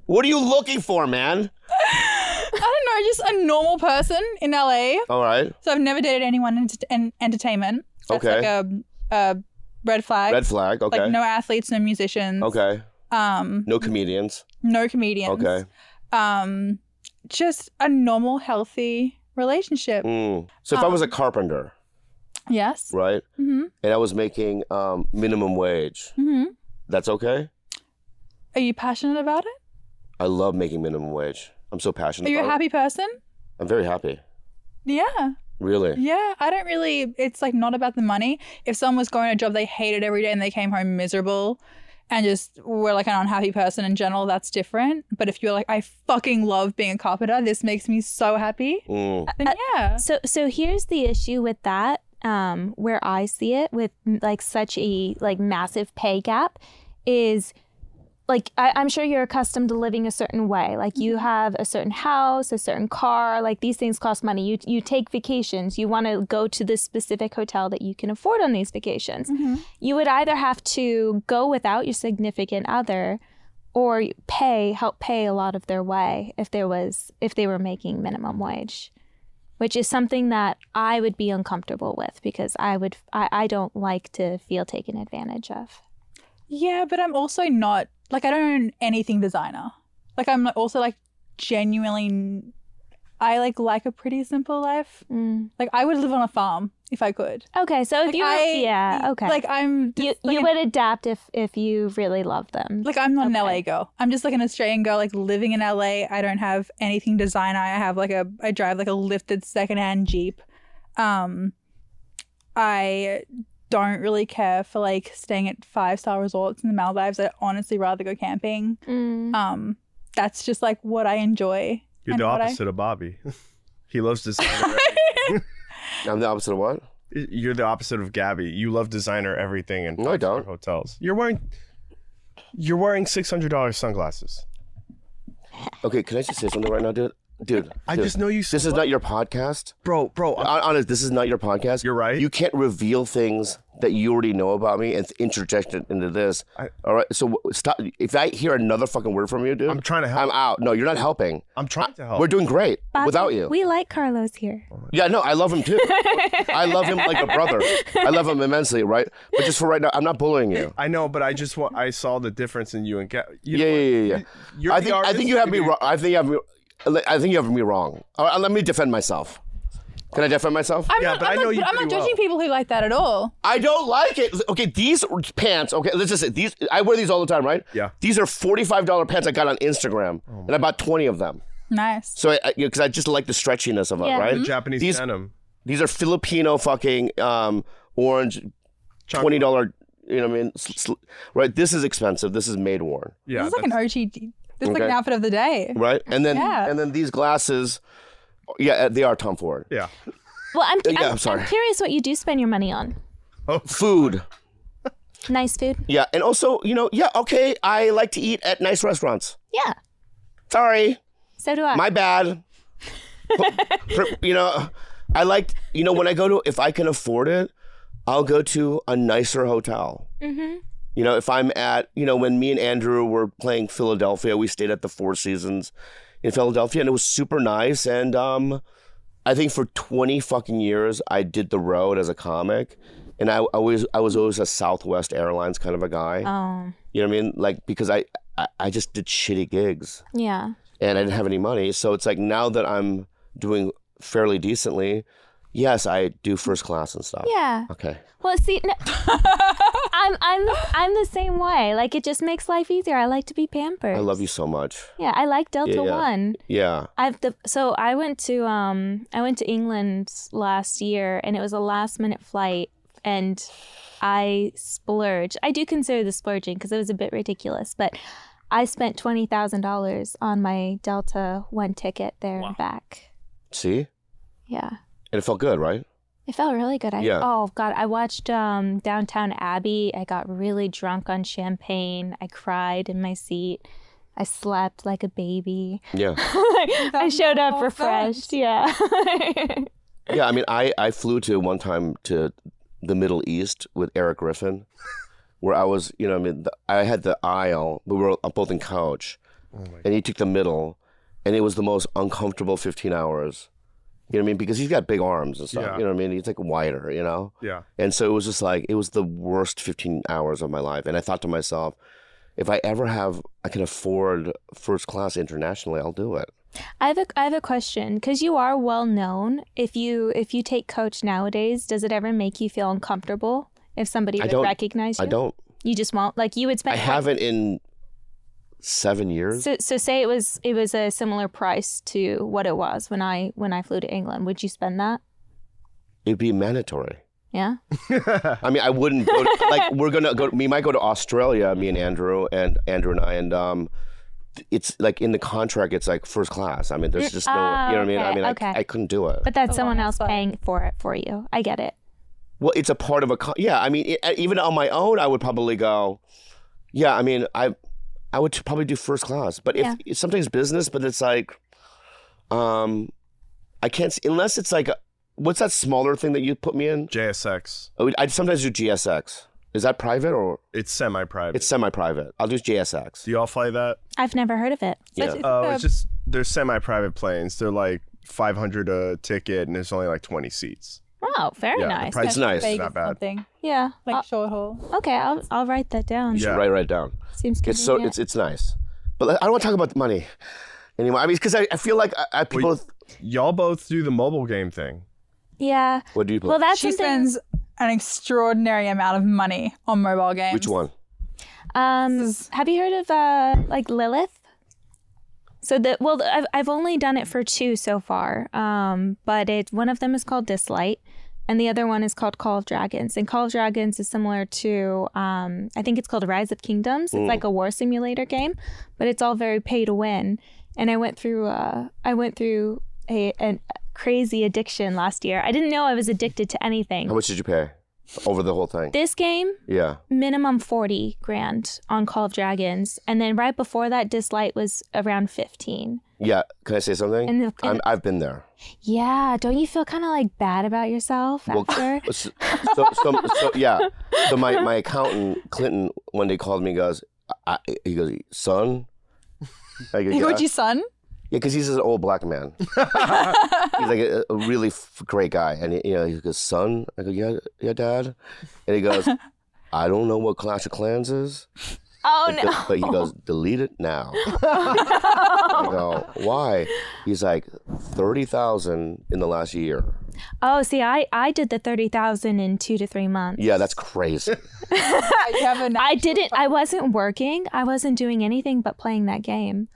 What are you looking for, man? I don't know. Just a normal person in LA. All right. So I've never dated anyone in, in entertainment. That's Okay. like a, a red flag. Red flag. Okay. Like no athletes, no musicians. okay. Um, No comedians. no comedians. Okay. Um, just a normal, healthy relationship. Mm. So if I was Um, a carpenter, Yes. right, Mm-hmm. and I was making um, minimum wage, Mm-hmm. that's okay. Are you passionate about it? I love making minimum wage. I'm so passionate. Are you a about happy person? It. I'm very happy. Yeah. Really. Yeah. I don't really, it's like not about the money. If someone was going to a job they hated every day and they came home miserable and just were like an unhappy person in general, that's different. But if you're like, I fucking love being a carpenter, this makes me so happy, Mm. Uh, then yeah. So so here's the issue with that um where I see it with m- like such a like massive pay gap is like I, I'm sure you're accustomed to living a certain way. Like you have a certain house, a certain car. Like these things cost money. You you take vacations. You want to go to this specific hotel that you can afford on these vacations. You would either have to go without your significant other, or pay help pay a lot of their way if there was if they were making minimum wage which is something that I would be uncomfortable with because I would I, I don't like to feel taken advantage of. Yeah, but I'm also not like I don't own anything designer. Like I'm not- also like genuinely n- I like like a pretty simple life. Mm. Like I would live on a farm if I could. Okay, so if Like, you were, I- yeah, okay. Like I'm you, just, like, you an- would adapt if if you really love them. like I'm not an Okay. LA girl. I'm just like an Australian girl like living in LA. I don't have anything designer. I have like a I drive like a lifted secondhand Jeep. Um I don't really care for like staying at five star resorts in the Maldives. I'd honestly rather go camping. Mm. Um that's just like what I enjoy. You're And the what I- opposite of Bobby. he loves designer. I'm the opposite of what? You're the opposite of Gabby. You love designer everything and No, I five-star don't. hotels. You're wearing you're wearing six hundred dollars sunglasses. Okay, can I just say something right now, dude? Dude, I dude, just know you. This is not your podcast. bro, bro. Hon- Honest, this is not your podcast. You're right. You can't reveal things that you already know about me and interject it into this. I- All right, so w- stop. If I hear another fucking word from you, dude, I'm trying to help. I'm out. No, you're not helping. I'm trying to help. We're doing great uh, Bobby, without you. We like Carlos here. Yeah, no, I love him too. I love him like a brother. I love him immensely, right? But just for right now, I'm not bullying you. I know, but I just want. I saw the difference in you and Gabby. You Yeah, know yeah, what? yeah, yeah. You're I the think I think you have artist. me. Wrong. I think you have me. I think you have me wrong. All right, let me defend myself. Can I defend myself? I'm Yeah, not, but I'm I know not, you I'm not pretty judging well. people who like that at all. I don't like it. Okay, these pants. Okay, let's just say these. I wear these all the time, right? Yeah. Oh These are forty-five dollar pants I got on Instagram, and I bought twenty of them. Nice. So, because I, you know, 'cause I just like the stretchiness of it, Yeah. right? Japanese These- denim. These are Filipino fucking um, orange, twenty dollar. You know what I mean? Sl- sl- right. This is expensive. This is made worn, Yeah, this is like that's- an OG. This is like an Okay. outfit of the day. right? And then Yeah. and then these glasses. Yeah, uh, they are Tom Ford. yeah. Well, I'm, yeah, I'm, I'm sorry. I'm curious what you do spend your money on. Food. Nice food. Yeah, and also, you know, yeah, okay, I like to eat at nice restaurants. Yeah. Sorry. So do I. my bad. you know, I like you know when I go to if I can afford it, I'll go to a nicer hotel. hmm You know, if I'm at you know when me and Andrew were playing Philadelphia, we stayed at the Four Seasons in Philadelphia, and it was super nice. And um, I think for twenty fucking years, I did the road as a comic, and I always I was always a Southwest Airlines kind of a guy. Um. You know what I mean? Like because I I, I just did shitty gigs Yeah. and I didn't have any money. So it's like now that I'm doing fairly decently, yes, I do first class and stuff. Yeah. Okay. Well, see, no, I'm I'm the, I'm the same way. Like it just makes life easier. I like to be pampered. I love you so much. Yeah, I like Delta Yeah, yeah. One. Yeah. I've the so I went to um I went to England last year and it was a last minute flight and I splurged. I do consider the splurging because it was a bit ridiculous, but I spent twenty thousand dollars on my Delta One ticket there and back. See? Yeah. And it felt good, right? It felt really good. I Yeah. oh god, I watched um, Downtown Abbey. I got really drunk on champagne. I cried in my seat. I slept like a baby. Yeah. I showed up all refreshed. fun. Yeah. Yeah. I mean, I, I flew to one time to the Middle East with Eric Griffin, where I was, you know, I mean, the, I had the aisle, we were both in couch, Oh and he took the middle, and it was the most uncomfortable 15 hours. You know what I mean? Because he's got big arms and stuff. Yeah. You know what I mean? He's like wider, you know? Yeah. And so it was just like it was the worst 15 hours of my life. And I thought to myself, if I ever have, I can afford first class internationally, I'll do it. I have a I have a question because you are well known. If you if you take coach nowadays, does it ever make you feel uncomfortable if somebody I would don't- recognize you? I don't. You just won't. Like you would spend. I haven't in seven years. So, so say it was it was a similar price to what it was when I when I flew to England. Would you spend that? It'd be mandatory. Yeah. I mean, I wouldn't go. To, like we're gonna go. We might go to Australia. Me and Andrew and Andrew and I. And um, it's like in the contract, it's like first class. I mean, there's just no. Ah, you know what I mean? I okay, mean, I, okay. I couldn't do it. But that's someone wow. else paying for it for you. I get it. Well, it's a part of a con- yeah. I mean, it, even on my own, I would probably go. Yeah, I mean, I I would probably do first class, but if something's business, but it's like, um, I can't s- unless it's like a, what's that smaller thing that you put me in? JSX. I would- I'd sometimes do GSX. Is that private or It's semi-private. it's semi-private? I'll do GSX. Do y'all fly that? I've never heard of it. Yeah. So it's, it's Oh, like a- it's just they're semi-private planes. They're like 500 a ticket and it's only like 20 seats. Oh, very Yeah, the nice. price- It's nice. Vegas Not bad. Something, yeah. like short haul. I'll- okay, I'll I'll write that down. You should Yeah. write right down. Seems good. It's so idea. it's it's nice, but I- I don't want to talk about money anymore. I mean, because I, I feel like I, I people. Y'all both do the mobile game thing. yeah. what do you play? Well, that's She something- spends an extraordinary amount of money on mobile games. Which one? Um, This is- have you heard of uh, like Lilith? So the well, the- I've I've only done it for two so far. Um, but it one of them is called Dislight, and the other one is called Call of Dragons. And Call of Dragons is similar to um, I think it's called Rise of Kingdoms. It's like a war simulator game, but it's all very pay to win. And I went through uh, I went through a an crazy addiction last year. I didn't know I was addicted to How anything. much did you pay over the whole thing? This game Yeah. minimum 40 grand on Call of Dragons. And then right before that, Dislight was around 15. Yeah. Can I say something? And the- I'm, I've been there. Yeah, don't you feel kind of like bad about yourself Well, after? So, so, so, so yeah. So my, my accountant Clinton one day called me and goes, I, I- he goes, son. I go, You yeah, got your son? Yeah, because he's an old black man. he's like a, a really f- great guy, and he, you know, he goes, son. I go, yeah, yeah, dad. And he goes, I don't know what Clash of Clans is. oh, But- no. But he goes, delete it now. I go, why? He's like, 30,000 in the last year. Oh, see, I, I did the 30,000 in two to three months. Yeah, that's crazy. You have an I didn't, I wasn't working. I wasn't doing anything but playing that game.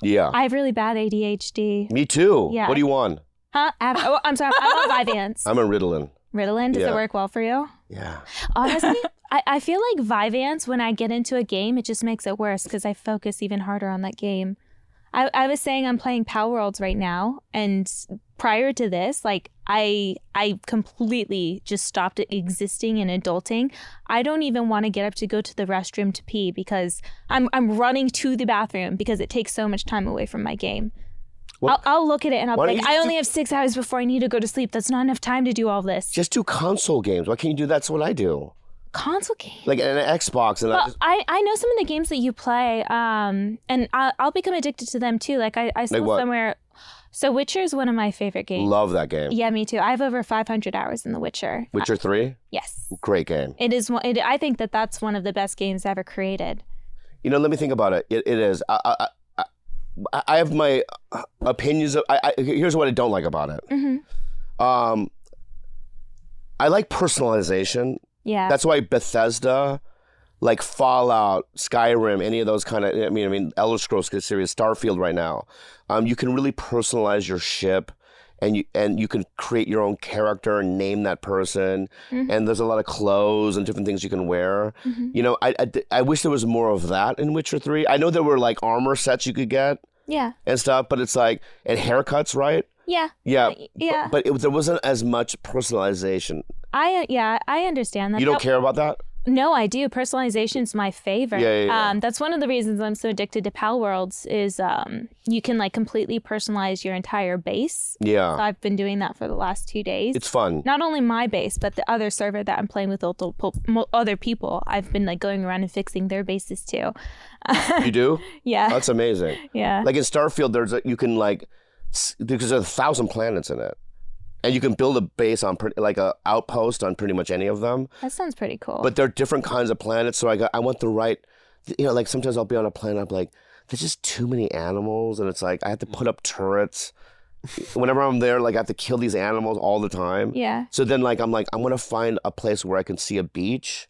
Yeah. I have really bad ADHD. Me too. Yeah. What do you want? Huh? Ab- oh, I'm sorry. I'm on Vyvanse. I'm a Ritalin. Ritalin, does Yeah. it work well for you? Yeah. Honestly, I, I feel like Vyvanse, when I get into a game, it just makes it worse because I focus even harder on that game. I, I was saying I'm playing Power Worlds right now, and prior to this, like I I completely just stopped existing and adulting. I don't even want to get up to go to the restroom to pee because I'm I'm running to the bathroom because it takes so much time away from my game. Well, I'll, I'll look at it and I'll why don't be like, you I just only have six hours before I need to go to sleep. That's not enough time to do all this. Just do console games. Why can't you do that's what I do? Console game. Like an Xbox and I Well, just, I, I know some of the games that you play, um, and I'll, I'll become addicted to them too. Like I, I saw Like what? somewhere. So Witcher is one of my favorite games. love that game. yeah, me too. I have over 500 hours in The Witcher. Uh, Witcher 3? Yes, Great game. it is. One, it, I think that that's one of the best games ever created. You know, let me think about it. It, it is. I, I, I- I, I have my uh, opinions. Of, I, I, here's what I don't like about it. hmm Um, I like personalization. Yeah, That's why Bethesda, like Fallout, Skyrim, any of those kind of. I mean, I mean, Elder Scrolls series, Starfield right now. Um, you can really personalize your ship. And you and you can create your own character and name that person. Mhm. And there's a lot of clothes and different things you can wear. Mhm. You know, I, I, I wish there was more of that in Witcher 3. I know there were like armor sets you could get yeah, and stuff, but it's like, and haircuts, right? yeah, Yeah. Uh, yeah. But, but it, there wasn't as much personalization. I uh, yeah, I understand that. you don't That- care about that? No, I do. Personalization is my favorite. Yeah, yeah, yeah. Um, that's one of the reasons I'm so addicted to Pal Worlds. Is um, you can like completely personalize your entire base. So Yeah. I've been doing that for the last two days. It's fun. not only my base, but the other server that I'm playing with multiple mo- other people. I've been like going around and fixing their bases too. You do? Yeah, That's amazing. yeah, Like in Starfield, there's a, you can like, s- because there's a thousand planets in it. And you can build a base on, pre- like a outpost on pretty much any of them. that sounds pretty cool. but they're different kinds of planets. So I got, I want the right, you know, like sometimes I'll be on a planet, I'm like, there's just too many animals, and it's like I have to put up turrets. Whenever I'm there, like I have to kill these animals all the time. yeah, So then, like I'm like, I'm gonna find a place where I can see a beach,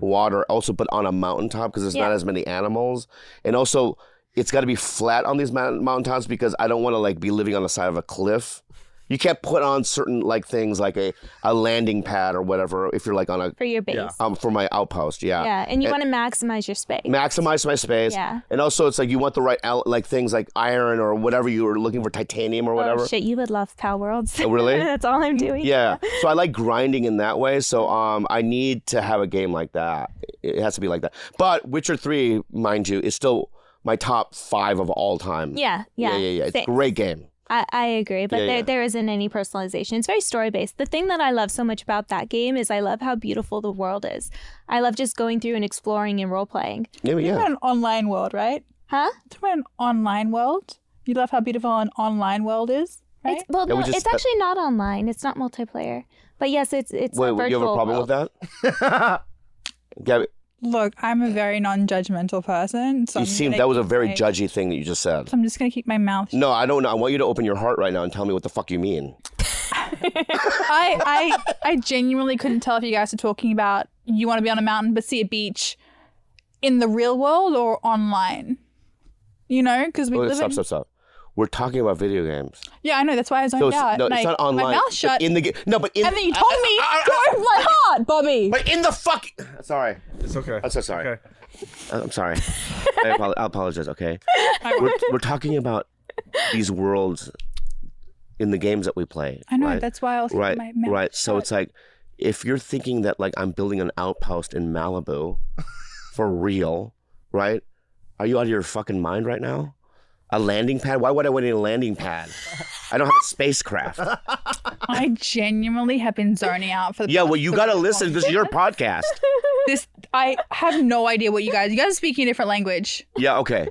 water, also, but on a mountaintop because there's not Yeah. as many animals, and also it's got to be flat on these mountain mountaintops because I don't want to like be living on the side of a cliff. You can't put on certain like things like a, a landing pad or whatever if you're like on a for your base. Yeah. um, for my outpost. Yeah. Yeah, and you want to maximize your space. Maximize my space. Yeah. And also, it's like you want the right al- like things like iron or whatever you were looking for, titanium or whatever. Oh shit, you would love Pal Worlds. Oh, really? that's all I'm doing. Yeah. So I like grinding in that way. So um, I need to have a game like that. It has to be like that. But Witcher Three, mind you, is still my top five of all time. Yeah, yeah, Yeah. Yeah. yeah. It's Same. a great game. I, I agree, but Yeah, there, yeah. there isn't any personalization. It's very story based. The thing that I love so much about that game is I love how beautiful the world is. I love just going through and exploring and role playing. Yeah. but It's Yeah. an online world, right? Huh? It's about an online world. You love how beautiful an online world is, right? It's, well, Yeah, no, we just- it's actually not online. It's not multiplayer. But yes, it's it's Wait, a virtual you have a problem with world. that? Gabby, Look, I'm a very non-judgmental person. So you I'm seem gonna that was a very keep my- judgy thing that you just said. So I'm just gonna keep my mouth. shut. No, I don't know. I want you to open your heart right now and tell me what the fuck you mean. I, I I genuinely couldn't tell if you guys were talking about you want to be on a mountain but see a beach in the real world or online. You know, because we Oh, live stop, in. stop, stop. We're talking about video games. Yeah, I know. That's why I zoned So it's, out. no, Like, it's not online. My mouth but shut. In the game. No, but in. and then you told me to open my heart, Bobby. But in the fuck. Sorry. It's okay. I'm so sorry. Okay. I'm sorry. I, apo- I apologize. Okay. We're, we're talking about these worlds in the games that we play. I know. right? That's why I was right. my mouth right. So shut. it's like if you're thinking that like I'm building an outpost in Malibu for real, right? Are you out of your fucking mind right now? A landing pad? Why would I want a landing pad? I don't have a spacecraft. I genuinely have been zoning out for the Yeah, past well, you three gotta months. listen. This is your podcast. This I have no idea what you guys. You guys are speaking a different language. Yeah, okay.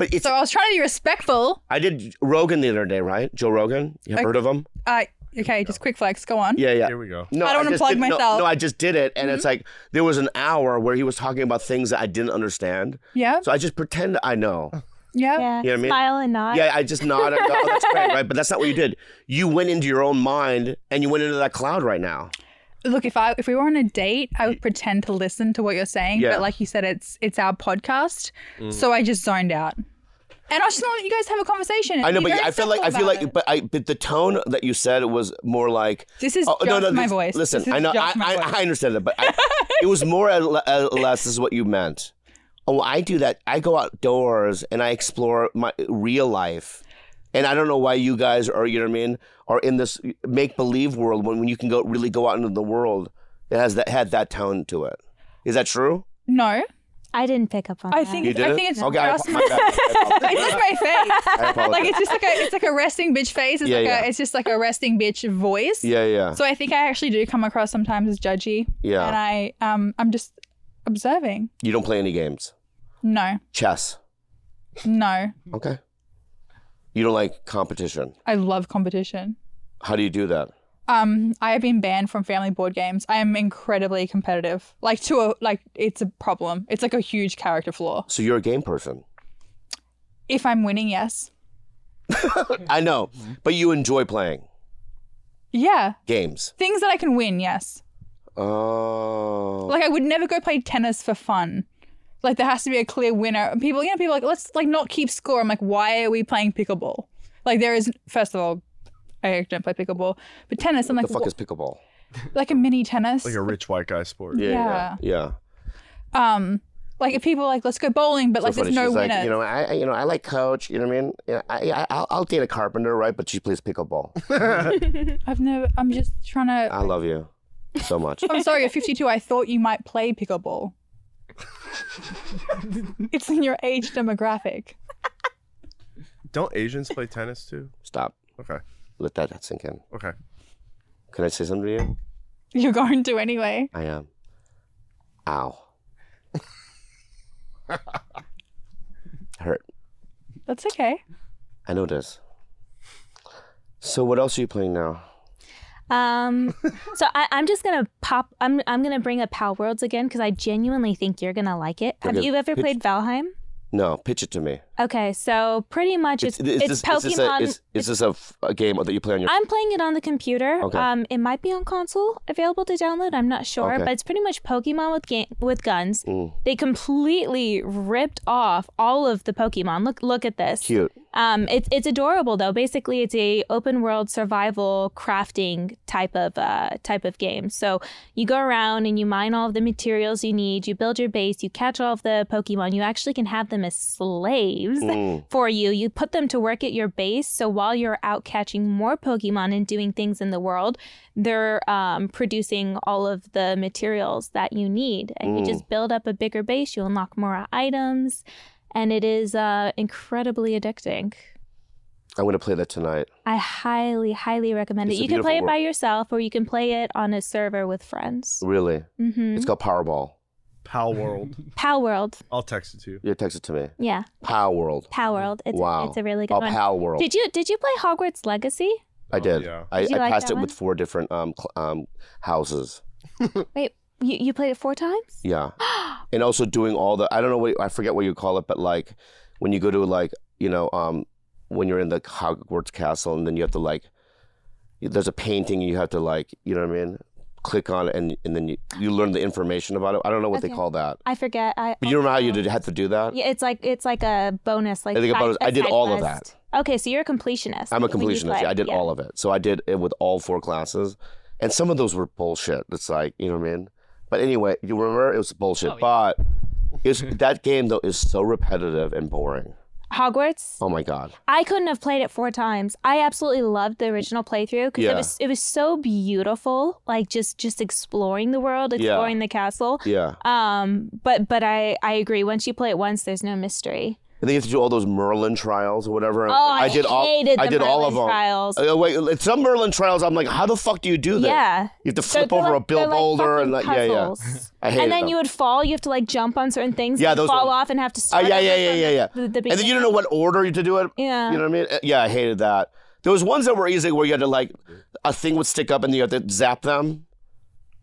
But it's So I was trying to be respectful. I did Rogan the other day, right? Joe Rogan. You have I- heard of him? I okay, just quick flex. Go on. Yeah, yeah. Here we go. No, I don't just unplug did- no- myself. Mm-hmm. No, I just did it, and it's like there was an hour where he was talking about things that I didn't understand. Yeah. So I just pretend I know. Yeah. Yeah, You know what I mean? smile and nod. Yeah, I just nod. and go, oh, that's great, right? But that's not what you did. You went into your own mind, and you went into that cloud right now. Look, if I if we were on a date, I would pretend to listen to what you're saying. Yeah. Mm. But like you said, it's it's our podcast, so I just zoned out. And I was just gonna let you guys have a conversation. I know, Be but very I feel like I respectful feel about like, it. but I but the tone that you said was more like this is just my Oh, this- voice. Listen, This is I know, I, just my I, voice. I understand that, but I, it was more or le- or less is what you meant. Oh, I do that. I go outdoors and I explore my real life, and I don't know why you guys are, you know what I mean, are in this make believe world when, when you can go really go out into the world that has that had that tone to it. Is that true? no, I didn't pick up on I that. think You did I it. think it's okay. I just apo- my my bad. I apologize. it's just my face. I apologize. Like it's just like a it's like a resting bitch face. It's Yeah, like yeah. a it's just like a resting bitch voice. yeah, yeah, So I think I actually do come across sometimes as judgy. yeah. And I um I'm just observing. you don't play any games. No. Chess. No. Okay. You don't like competition. I love competition. How do you do that? Um I have been banned from family board games. I am incredibly competitive. Like to a like it's a problem. It's like a huge character flaw. So you're a game person. If I'm winning, yes. I know, but you enjoy playing Yeah. games. Things that I can win, yes. Oh, Like I would never go play tennis for fun. Like there has to be a clear winner. And People, you know, people are like let's like not keep score. I'm like, why are we playing pickleball? Like there is first of all, I don't play pickleball, but tennis. I'm the like, fuck wha- is pickleball? like a mini tennis. Like a rich white guy sport. yeah, yeah. um, like if people are like let's go bowling, but like so funny. there's no She's winner. like, you know, I, I- you know, I like Coach. You know what I mean? You know, I, I, I'll, I'll date a carpenter, right? But she plays pickleball. I've never. I'm just trying to. I love you so much. I'm sorry, at 52, I thought you might play pickleball. it's in your age demographic. Don't Asians play tennis too? Stop. Okay. Let that sink in. Okay. Can I say something to you? You're going to anyway. I am. Ow. Hurt. That's okay. I know this. So what else are you playing now? Um, so I, I'm just gonna pop. I'm I'm gonna bring up Pal Worlds again because I genuinely think you're gonna like it. Have Okay, you ever pitch- played Valheim? No, pitch it to me. Okay, so pretty much it's it's, this- Pokemon. is this a, is, is this a, f- a game that you play on your? I'm playing it on the computer. Okay. Um, it might be on console available to download. I'm not sure, Okay. but it's pretty much Pokemon with game with guns. Mm. They completely ripped off all of the Pokemon. Look look at this. Cute. Um, it's it's adorable though. Basically, it's a open world survival crafting type of uh, type of game. So you go around and you mine all of the materials you need. You build your base. You catch all of the Pokemon. You actually can have them as slaves Mm. for you. You put them to work at your base. So while you're out catching more Pokemon and doing things in the world, they're um, producing all of the materials that you need. And you Mm. just build up a bigger base. You unlock more items. And it is uh, incredibly addicting. I'm gonna play that tonight. I highly, highly recommend It's a it. You can play it beautiful by yourself or you can play it on a server with friends. Really, hmm it's called Powerball. Pal World. Pal World. I'll text it to you. You text it to me. Yeah, Pow World. Pal World. It's, wow. it's a really good oh, one. Pal World. Did you did you play Hogwarts Legacy? I did. yeah. I, Did you I like passed that it with four different um, cl- um houses. Wait, you, you played it four times? Yeah. and also doing all the I don't know what I forget what you call it, but like when you go to like you know um when you're in the Hogwarts castle and then you have to like there's a painting you have to like you know what I mean click on it and and then you, you learn the information about it. I don't know what they Okay. call that, I forget. I but you remember how you did had to do that. Yeah, it's like it's like a bonus. Like I think a side- bonus. I did side all of quest. Okay, so you're a completionist. I'm a when you completionist. play. Yeah, I did Yeah. all of it. So I did it with all four classes. And some of those were bullshit. It's like, you know what I mean? But anyway, you remember it was bullshit. Oh, yeah. But it's, that game, though, is so repetitive and boring. Hogwarts. Oh my God. I couldn't have played it four times. I absolutely loved the original playthrough because it Yeah. was it was so beautiful, like just just exploring the world, Yeah. exploring the castle. Yeah. Um, but but I I agree. Once you play it once, there's no mystery. And then you have to do all those Merlin trials or whatever. Oh, I, did all, hated I the did all of Merlin them. Trials. Uh, wait, like, some Merlin trials, I'm like, how the fuck do you do that? yeah, You have to flip They're- over they're a like- they're bill like boulder and like, fucking yeah, yeah. puzzles. I hate and then you would fall. You have to like jump on certain things. Yeah, and those fall ones. off and have to Oh, start. yeah, yeah, over yeah, from yeah, yeah. The, the and then you don't know what order you to do it. Yeah. You know what I mean? Uh, Yeah, I hated that. There was ones that were easy where you had to like a thing would stick up and you had to zap them.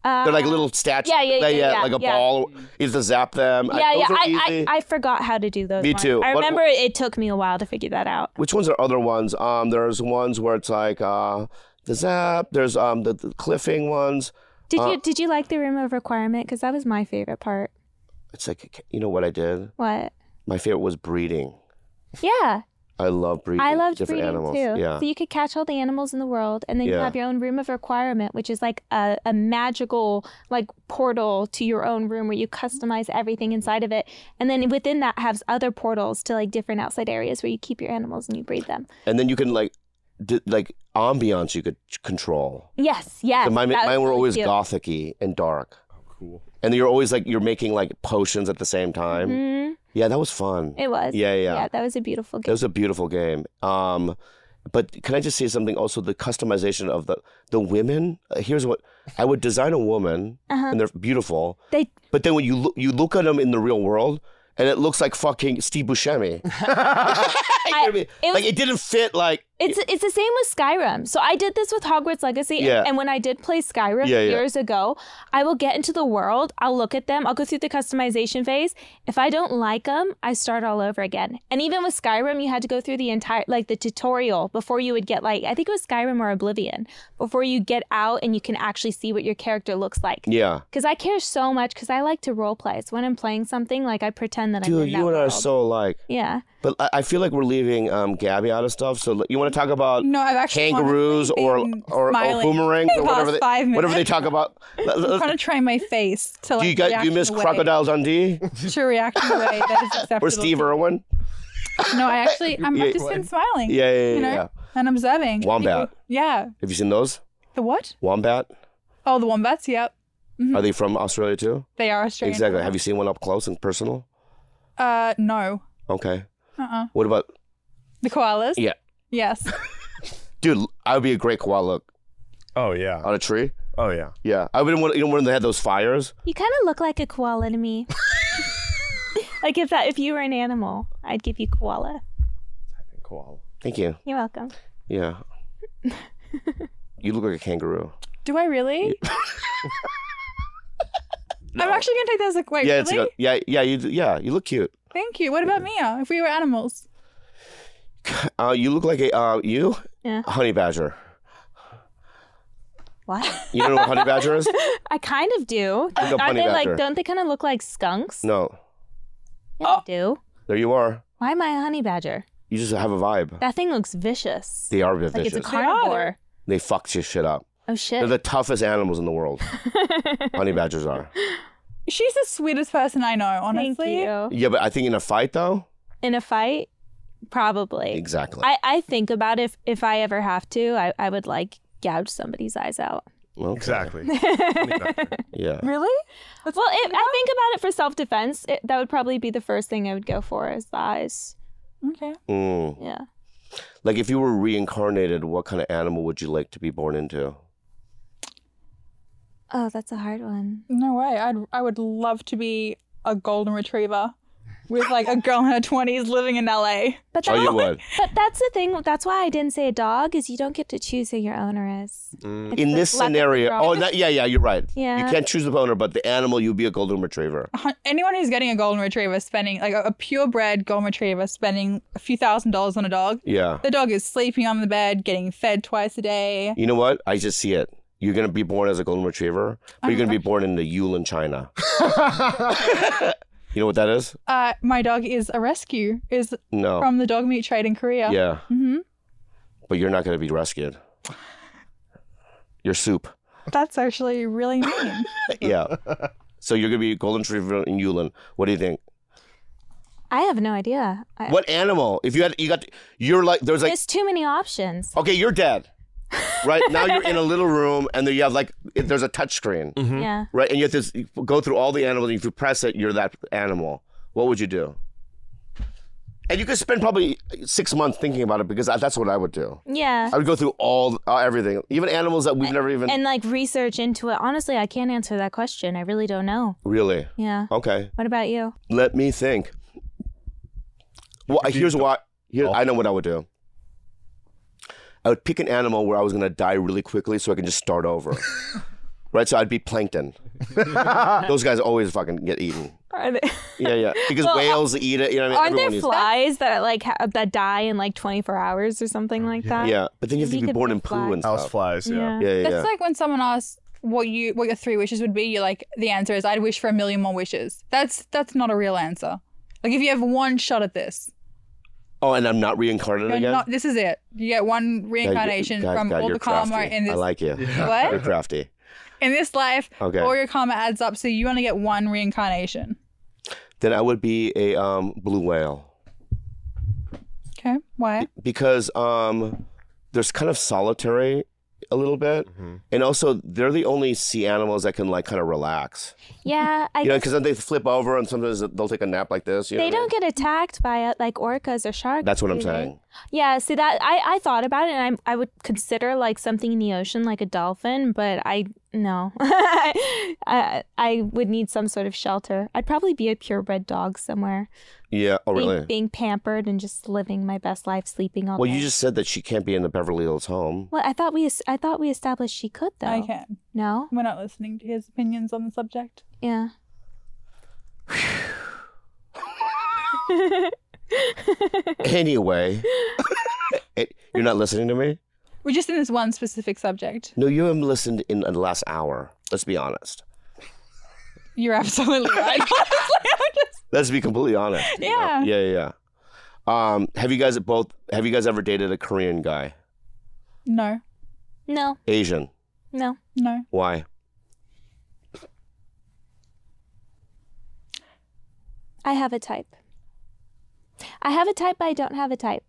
Uh, They're like little statues. yeah, yeah, yeah, yeah, like a yeah. ball. You have to zap them. I- Yeah, yeah. those are I, easy. I, I forgot how to do those. Me ones. too. I What- remember it, it took me a while to figure that out. Which ones are other ones? Um, there's ones where it's like uh, the zap. There's um the, the cliffing ones. Did Uh, you did you like the room of requirement? Because that was my favorite part. It's like you know what I did. What? My favorite was breeding. Yeah, I love breeding. I loved different breeding animals. too. Yeah. So you could catch all the animals in the world, and then you Yeah. have your own room of requirement, which is like a, a magical like portal to your own room where you customize everything inside of it, and then within that has other portals to like different outside areas where you keep your animals and you breed them. And then you can like, d- like ambiance you could ch- control. Yes, yes. And mine, that was mine were really always cute. gothicy and dark. Oh, cool. and you're always like you're making like potions at the same time. Mhm, Yeah, that was fun. It was. yeah, yeah, yeah. That was a beautiful That game. was a beautiful game. Um, but can I just say something? Also, the customization of the the women. Uh, here's what I would design a woman, Uh-huh. and they're beautiful. They But then when you look you look at them in the real world, and it looks like fucking Steve Buscemi. You know what I mean? it was- like it didn't fit. Like It's it's the same with Skyrim. So I did this with Hogwarts Legacy, and- Yeah. and, when I did play Skyrim Yeah, yeah. years ago, I will get into the world. I'll look at them. I'll go through the customization phase. If I don't like them, I start all over again. And even with Skyrim, you had to go through the entire like the tutorial before you would get like I think it was Skyrim or Oblivion before you get out and you can actually see what your character looks like. yeah, Because I care so much because I like to role play. So when I'm playing something, like I pretend that I'm dude, in that you and I are world. so alike. yeah. But I, I feel like we're leaving um, Gabby out of stuff. So like, you want to talk about No, I've actually kangaroos or honestly been or, or smiling boomerangs the or whatever past they, five whatever they minutes. talk about. Let- I'm let- trying to train my face to like do you got react you in miss a way- Crocodile Dundee to react in a way that is acceptable. or Steve Irwin? No, I actually I'm Yeah. I've just been smiling. Yeah, yeah, yeah. You know? yeah. And observing. Wombat. Yeah. Have you seen those The what? wombat? Oh, the wombats. Yep. Are they from Australia too? They are Australian. Exactly. Have you seen one up close and personal? Uh, no. Okay. Uh-uh. What about The koalas. Yeah. Yes. dude? I would be a great koala Oh yeah. on a tree. Oh yeah. Yeah, I wouldn't want. You know when they had those fires? You kind of look like a koala to me. like if that if you were an animal, I'd give you koala. Koala. Thank you. You're welcome. Yeah. you look like a kangaroo. Do I really? I'm actually gonna take that as a wait. yeah, really? it's good. yeah, yeah. You do- yeah, you look cute. Thank you. What about Mia? If we were animals, Uh, you look like a uh, you Yeah. honey badger. What? You don't know what honey badger is? I kind of do. Look up Are honey they badger. like? Don't they kind of look like skunks? No, Yeah, Oh. they do. there you are. Why am I a honey badger? You just have a vibe. That thing looks vicious. They are like vicious. it's a They are. carnivore. they fuck your shit up. Oh They're shit. the toughest animals in the world. honey badgers are. she's the sweetest person I know. Honestly. Thank you. Yeah, but I think in a fight though, In a fight, probably. exactly. I, I think about if if I ever have to, I, I would like gouge somebody's eyes out. Okay. Exactly. Yeah. Really? Well, it, I think about it for self defense. That would probably be the first thing I would go for is the eyes. Okay. Mm. Yeah. Like if you were reincarnated, what kind of animal would you like to be born into? Oh, that's a hard one. No way. I'd I would love to be a golden retriever with like a girl in her twenties living in LA. But Oh, that- you would. But that's the thing. That's why I didn't say a dog is you don't get to choose who your owner is. It's In the this luck of scenario, the oh, draw. that, yeah, yeah, you're right. Yeah. You can't choose the owner, but the animal, you'd be a golden retriever. Hun- Anyone who's getting a golden retriever spending like a, a purebred golden retriever spending a few thousand dollars on a dog. Yeah. The dog is sleeping on the bed, getting fed twice a day. You know what? I just see it. You're gonna be born as a golden retriever, but you're gonna be born in the Yulin, China. you know what that is? Uh, my dog is a rescue, is No. from the dog meat trade in Korea. Oh. yeah, hmm but you're not gonna be rescued. You're soup. That's actually really mean. yeah. So you're gonna be a golden retriever in Yulin. What do you think? I have no idea. I, What animal? If you had, you got, you're like, there's like There's too many options. Okay, you're dead. Right now, you're in a little room, and then you have like if there's a touch screen, Yeah. right? And you have to s- go through all the animals, and if you press it, you're that animal. What would you do? And you could spend probably six months thinking about it because I, that's what I would do. Yeah. I would go through all uh, everything, even animals that we've never even And like research into it. Honestly, I can't answer that question. I really don't know. really. Yeah. Okay, What about you? let me think. Well, here's why. Here, I know what I would do. I would pick an animal where I was gonna die really quickly, so I can just start over. right, so I'd be plankton. Those guys always fucking get eaten. Are they, Yeah, yeah. Because Well, whales eat it. You know what I mean? aren't there eats- flies that like ha- that die in like 24 hours or something like that? Oh, Yeah, but then you have You to be could born be in poo fly. and House stuff. flies, yeah. Yeah, yeah, That's yeah. like when someone asks what you what your three wishes would be. You're like, the answer is I'd wish for a million more wishes. That's that's not a real answer. Like if you have one shot at this, oh, and I'm not reincarnated you're again. not, this is it. You get one Yeah, you- reincarnation God- from God, all you're the karma crafty. in this I like you. What? You're crafty. in this life. Okay. All your karma adds up, so you only get one reincarnation. Then I would be a um, blue whale. Okay, why? because um, there's kind of solitary a little bit, Mm-hmm. and also they're the only sea animals that can like kind of relax. Yeah. I You know, guess because then they flip over and sometimes they'll take a nap like this. You know they what I mean? don't get attacked by uh, like orcas or sharks. That's what I'm do they? saying. Yeah, see that I, I thought about it and I I would consider like something in the ocean like a dolphin, but I no. I I would need some sort of shelter. I'd probably be a purebred dog somewhere. Yeah. Oh, Being- really? Being, pampered and just living my best life sleeping all Well, day. you just said that she can't be in the Beverly Hills home. Well, I thought we es- I thought we established she could though. I can. No? We're not listening to his opinions on the subject. Yeah. anyway, It- you're not listening to me. We're just in this one specific subject. No, you haven't listened in the last hour. Let's be honest. You're absolutely right. Honestly, I'm just- Let's be completely honest. you know? Yeah. Yeah. Yeah. yeah. Um, have you guys both? Have you guys ever dated a Korean guy, no, No. Asian? No. no. Why? I have a type. I have a type, I don't have a type.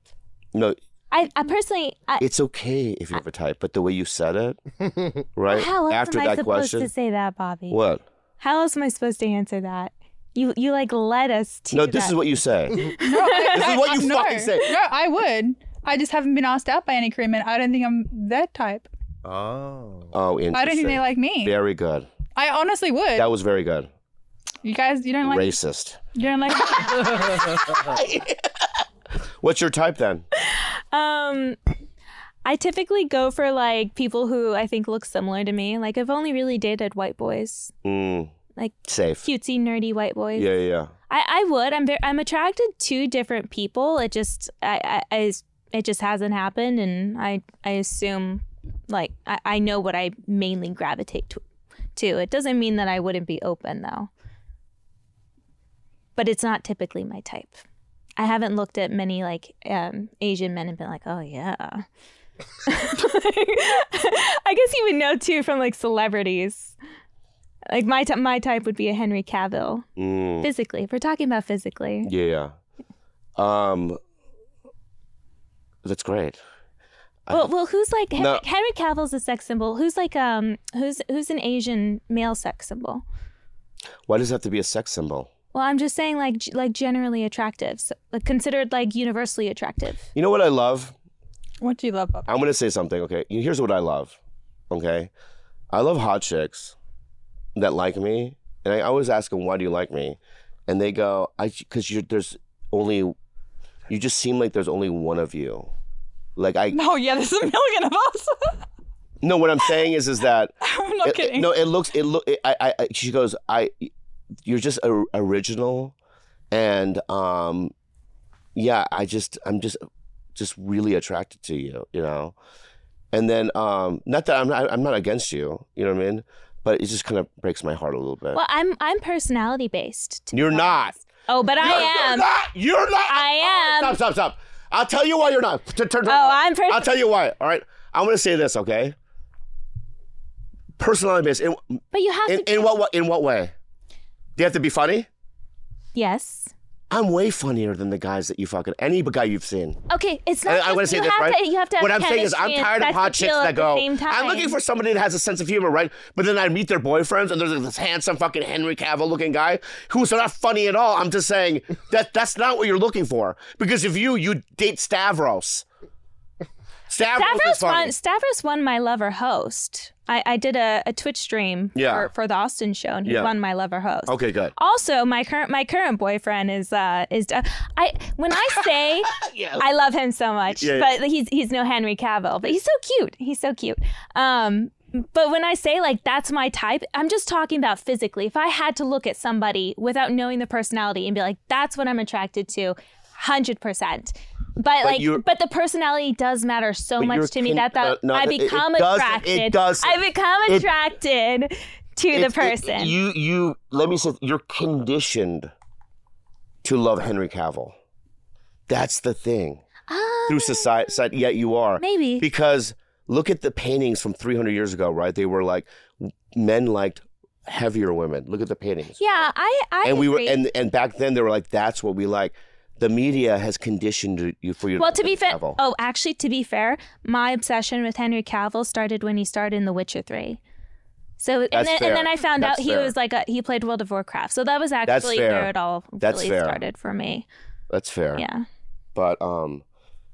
No, I, I personally I, it's okay if you have a type, but the way you said it, right? how else After am I that supposed question, to say that, Bobby? what? How else am I supposed to answer that? You you like led us to No, this that. is what you say. No, I- This is I- what I- you no. fucking say. No, I would. I just haven't been asked out by any Korean men. I don't think I'm their type. Oh. Oh, interesting. I don't think they like me. Very good. I honestly would. That was very good. you guys, you don't like. Racist. You don't like. me. What's your type then? Um, I typically go for like people who I think look similar to me. Like I've only really dated white boys, Mm, like safe. cutesy nerdy white boys. Yeah, yeah, yeah. I, I would. I'm very, I'm attracted to different people. It just I, I, I it just hasn't happened, and I I assume like I, I know what I mainly gravitate to, to. It doesn't mean that I wouldn't be open though. But it's not typically my type. I haven't looked at many like um, Asian men and been like, oh yeah. I guess you would know too from like celebrities. Like my t- my type would be a Henry Cavill Mm, physically if we're talking about physically yeah, yeah. Um, that's great. well, well who's like Hen- No. henry cavill's a sex symbol who's like um who's who's an asian male sex symbol Why does it have to be a sex symbol? well i'm just saying like g- like generally attractive so, like considered like universally attractive You know what I love? what do you love, Bob? I'm gonna say something. Okay, here's what I love. Okay, I love hot chicks that like me, and I always ask them, "Why do you like me?" And they go, "I because you there's only you just seem like there's only one of you." Like I Oh yeah, there's a million of us. no, what I'm saying is is that I'm not it- it- kidding. Uh, no, it looks it look. It, I, I I- she goes I, you're just a, original, and um, yeah, I just I'm just just really attracted to you, you know, and then um, not that I'm not, I'm not against you, you know what I mean, but it just kind of breaks my heart a little bit. Well, I'm I'm personality based. to be You're not. honest. Oh, but I You're- am. You're not. You're not. I am. Stop. Stop. Stop. I'll tell you why you're not. Turn- turn- turn- Oh, I'm pers- I'll tell you why. All right. I'm gonna say this, okay? Personality based. In, But you have in, to. in what wa- in what way? Do you have to be funny? yes. I'm way funnier than the guys that you fucking any guy you've seen. Okay. It's not. And I just- want to say you this, have right? To, you have to. what have I'm saying is, I'm chemistry and tired of sex hot chicks appeal that at the go. same I'm looking time." for somebody that has a sense of humor, right? But then I meet their boyfriends, and there's this handsome fucking Henry Cavill-looking guy who's not funny at all. I'm just saying that that's not what you're looking for. Because if you you date Stavros, Stavros, is Stavros funny. won, Stavros won my lover host. I, I did a, a Twitch stream Yeah. for, for the Austin show, and he Yeah. won my lover host. Okay, good. Also, my current my current boyfriend is uh is uh, I when I say I love him so much, Yeah, yeah. but he's he's no Henry Cavill, but he's so cute. He's so cute. Um, but when I say like that's my type, I'm just talking about physically. If I had to look at somebody without knowing the personality and be like, that's what I'm attracted to, hundred percent. But, you're- like, but the personality does matter so But you're much to me con- that, that uh, no, it- I it become doesn't- it attracted. doesn't. I become It- attracted to the It's- it- person. you you let me say you're conditioned to love Henry Cavill. That's the thing. Ah, Through society, yeah, you are. maybe. Because look at the paintings from 300 years ago, right? They were like men liked heavier women. Look at the paintings. Yeah, I, I and we were agree. and and back then they were like that's what we like. The media has conditioned you for you. well, to Henry be fair, Cavill. oh, actually, to be fair, my obsession with Henry Cavill started when he starred in The Witcher Three. So and That's then, fair. and then I found That's out he fair. was like a, he played World of Warcraft. So that was actually fair. where it all That's really fair. started for me. that's fair. Yeah, But um,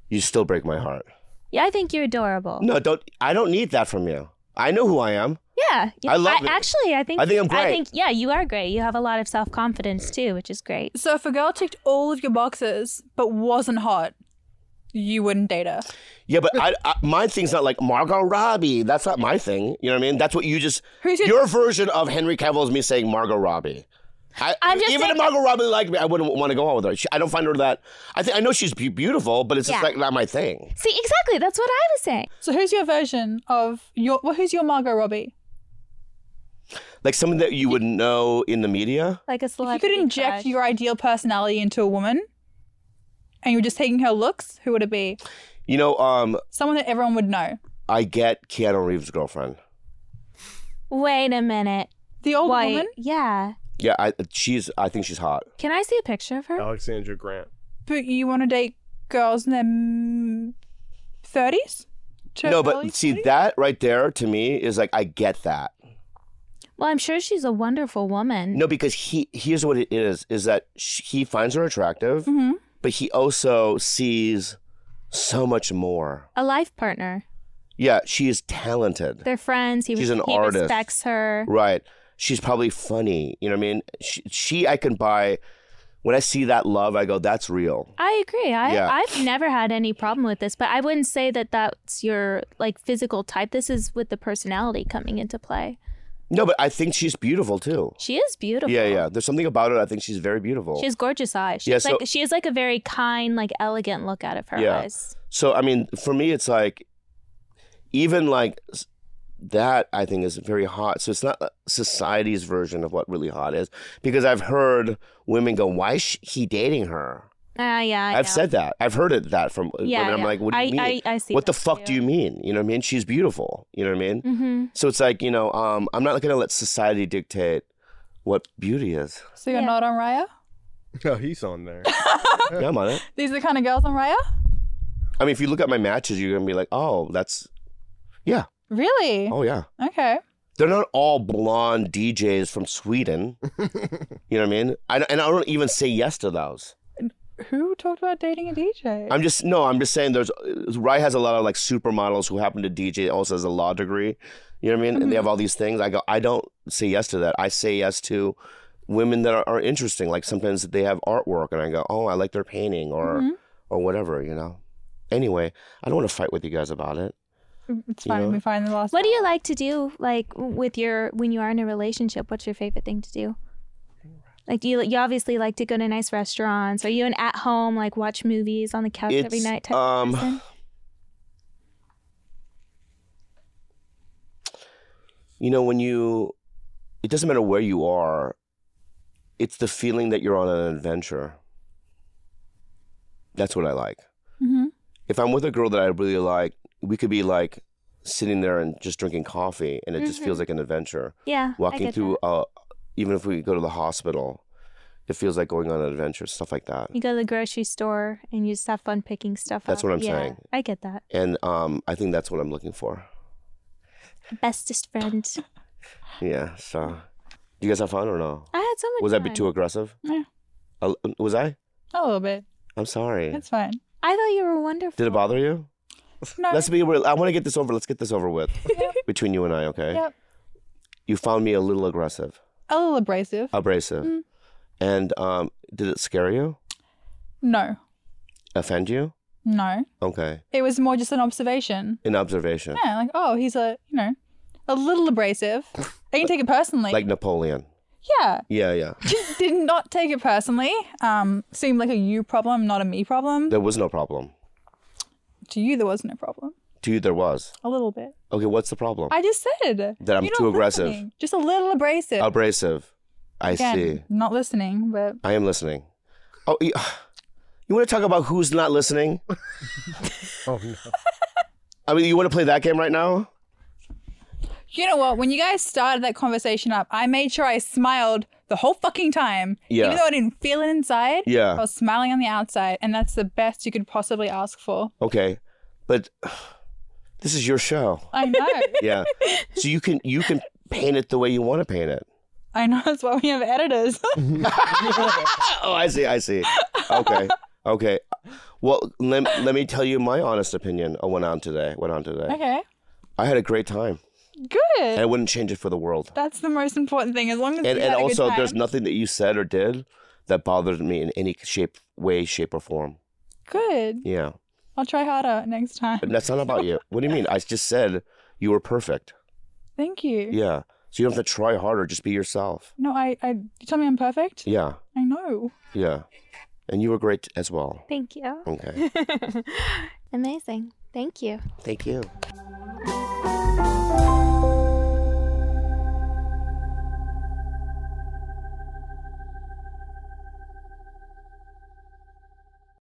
you still break my heart. yeah, I think you're adorable. No, don't. I don't need that from you. I know who I am. Yeah, you- I love it. Actually, I think I think I'm I great. think yeah, you are great. You have a lot of self confidence too, which is great. So if a girl ticked all of your boxes but wasn't hot, you wouldn't date her. Yeah, but I, I, my thing's not like Margot Robbie. That's not my thing. You know what I mean? That's what you just. Who's your- your version of Henry Cavill is me saying Margot Robbie. I, I'm just even saying- if Margot Robbie liked me, I wouldn't want to go out with her. She, I don't find her that. I think I know she's be- beautiful, but it's just Yeah. like not my thing. See, exactly. That's what I was saying. So who's your version of your? Well, who's your Margot Robbie? Like someone that you would know in the media. Like a If you celebrity. could inject crush. your ideal personality into a woman, and you were just taking her looks, who would it be? You know, um, Someone that everyone would know. I get Keanu Reeves' girlfriend. Wait a minute. The old Wait. woman, Yeah. Yeah, I, she's. I think she's hot. Can I see a picture of her? Alexandra Grant. but you want to date girls in their thirties? no, but see that right there to me is like I get that. Well, I'm sure she's a wonderful woman. No, because he here's what it is: is that sh he finds her Mm-hmm. attractive, hmm but he also sees so much more. A life partner. Yeah, she is talented. They're friends. He, She's an he artist. respects her. Right. She's probably funny. You know what I mean? She, she I can buy. When I see that love, I go, that's real. I agree. I, Yeah. I've never had any problem with this, but I wouldn't say that that's your like physical type. This is with the personality coming into play. No, but I think she's beautiful too. She is beautiful. Yeah, yeah. There's something about her. I think she's very beautiful. She has gorgeous eyes. She's Yeah, so- like she has like a very kind, like elegant look out of her Yeah. eyes. so, I mean, for me, it's like, even like s- that, I think is very hot. So it's not uh, society's version of what really hot is because I've heard women go, why is she, he dating her? Ah, yeah. I I've know. said that. I've heard it that from Yeah, women. I'm yeah. like, what do you I- mean? I- I see what the that fuck too. do you mean? You know what I mean? She's beautiful. You know what I mean? Mhm. So it's like, you know, um, I'm not going to let society dictate what beauty is. So you're Yeah. not on Raya. Oh, he's on there. Yeah, I'm on it. These are the kind of girls on Raya. I mean, if you look at my matches, you're going to be like, oh, that's, yeah, Really? oh, yeah. Okay. They're not all blonde DJs from Sweden. you know what I mean? I, and I don't even say yes to those. Who talked about dating a DJ? I'm just, no, I'm just saying there's, Rai has a lot of like supermodels who happen to DJ, also has a law degree. You know what I mean? And they have all these things. I go, I don't say yes to that. I say yes to women that are, are interesting. Like sometimes they have artwork, and I go, oh, I like their painting or Mhm. or whatever. You know. Anyway, I don't want to fight with you guys about it. It's You fine. know? We find the last. What do you like to do, like with your when you are in a relationship? What's your favorite thing to do? Like you, you obviously like to go to nice restaurants. Are you an at home like watch movies on the couch every It's, night type um, of person? you know when you it doesn't matter where you are it's the feeling that you're on an adventure that's what i like Mhm. if i'm with a girl that i really like we could be like sitting there and just drinking coffee and it just feels like an adventure Yeah, Mm-hmm. I walking get through uh, even if we go to the hospital it feels like going on an adventure stuff like that that. You go to the grocery store and you just have fun picking stuff That's up. what I'm Yeah, saying. I get that. and um, i think that's what i'm looking for Bestest friend. yeah so do you guys have fun or no I had so much. was fun. that too aggressive Yeah. A- was i A little bit. i'm sorry That's fine. I thought you were wonderful. Did it bother you? No. Let's be real. I want to get this over. Let's get this over with between you and I, okay? Yep. You found me a little aggressive, A little abrasive. abrasive. Mm. And um, did it scare you? No. Offend you? No. Okay. It was more just an observation. An observation. Yeah, like, oh, he's a, you know, a little abrasive. I didn't take it personally. Like Napoleon. yeah, Yeah, yeah. did not take it personally. Um, seemed like a you problem, not a me problem. There was no problem. to you, there was no problem. To you, there was. A little bit. Okay, what's the problem? I just said That I'm you're not too aggressive. listening. Just a little abrasive. Abrasive. I Again, see. Not listening, but I am listening. Oh, you, you want to talk about who's not listening? Oh no. I mean, you want to play that game right now? you know what? When you guys started that conversation up, I made sure I smiled the whole fucking time. Yeah. Even though I didn't feel it inside, I Yeah. was smiling on the outside, and that's the best you could possibly ask for. Okay. But this is your show. I know. yeah so you can you can paint it the way you want to paint it I know that's why we have editors. oh i see i see okay okay well let, let me tell you my honest opinion on what went on today went on today okay. i had a great time Good. and i wouldn't change it for the world That's the most important thing. As long as and, you and had a also good time. there's nothing that you said or did that bothered me in any shape way shape or form good. yeah I'll try harder next time. but that's not about you what do you mean i just said you were perfect Thank you. yeah so you don't have to try harder just be yourself No, I, I. You tell me I'm perfect. yeah I know. yeah and you were great as well Thank you. okay Amazing. Thank you. thank you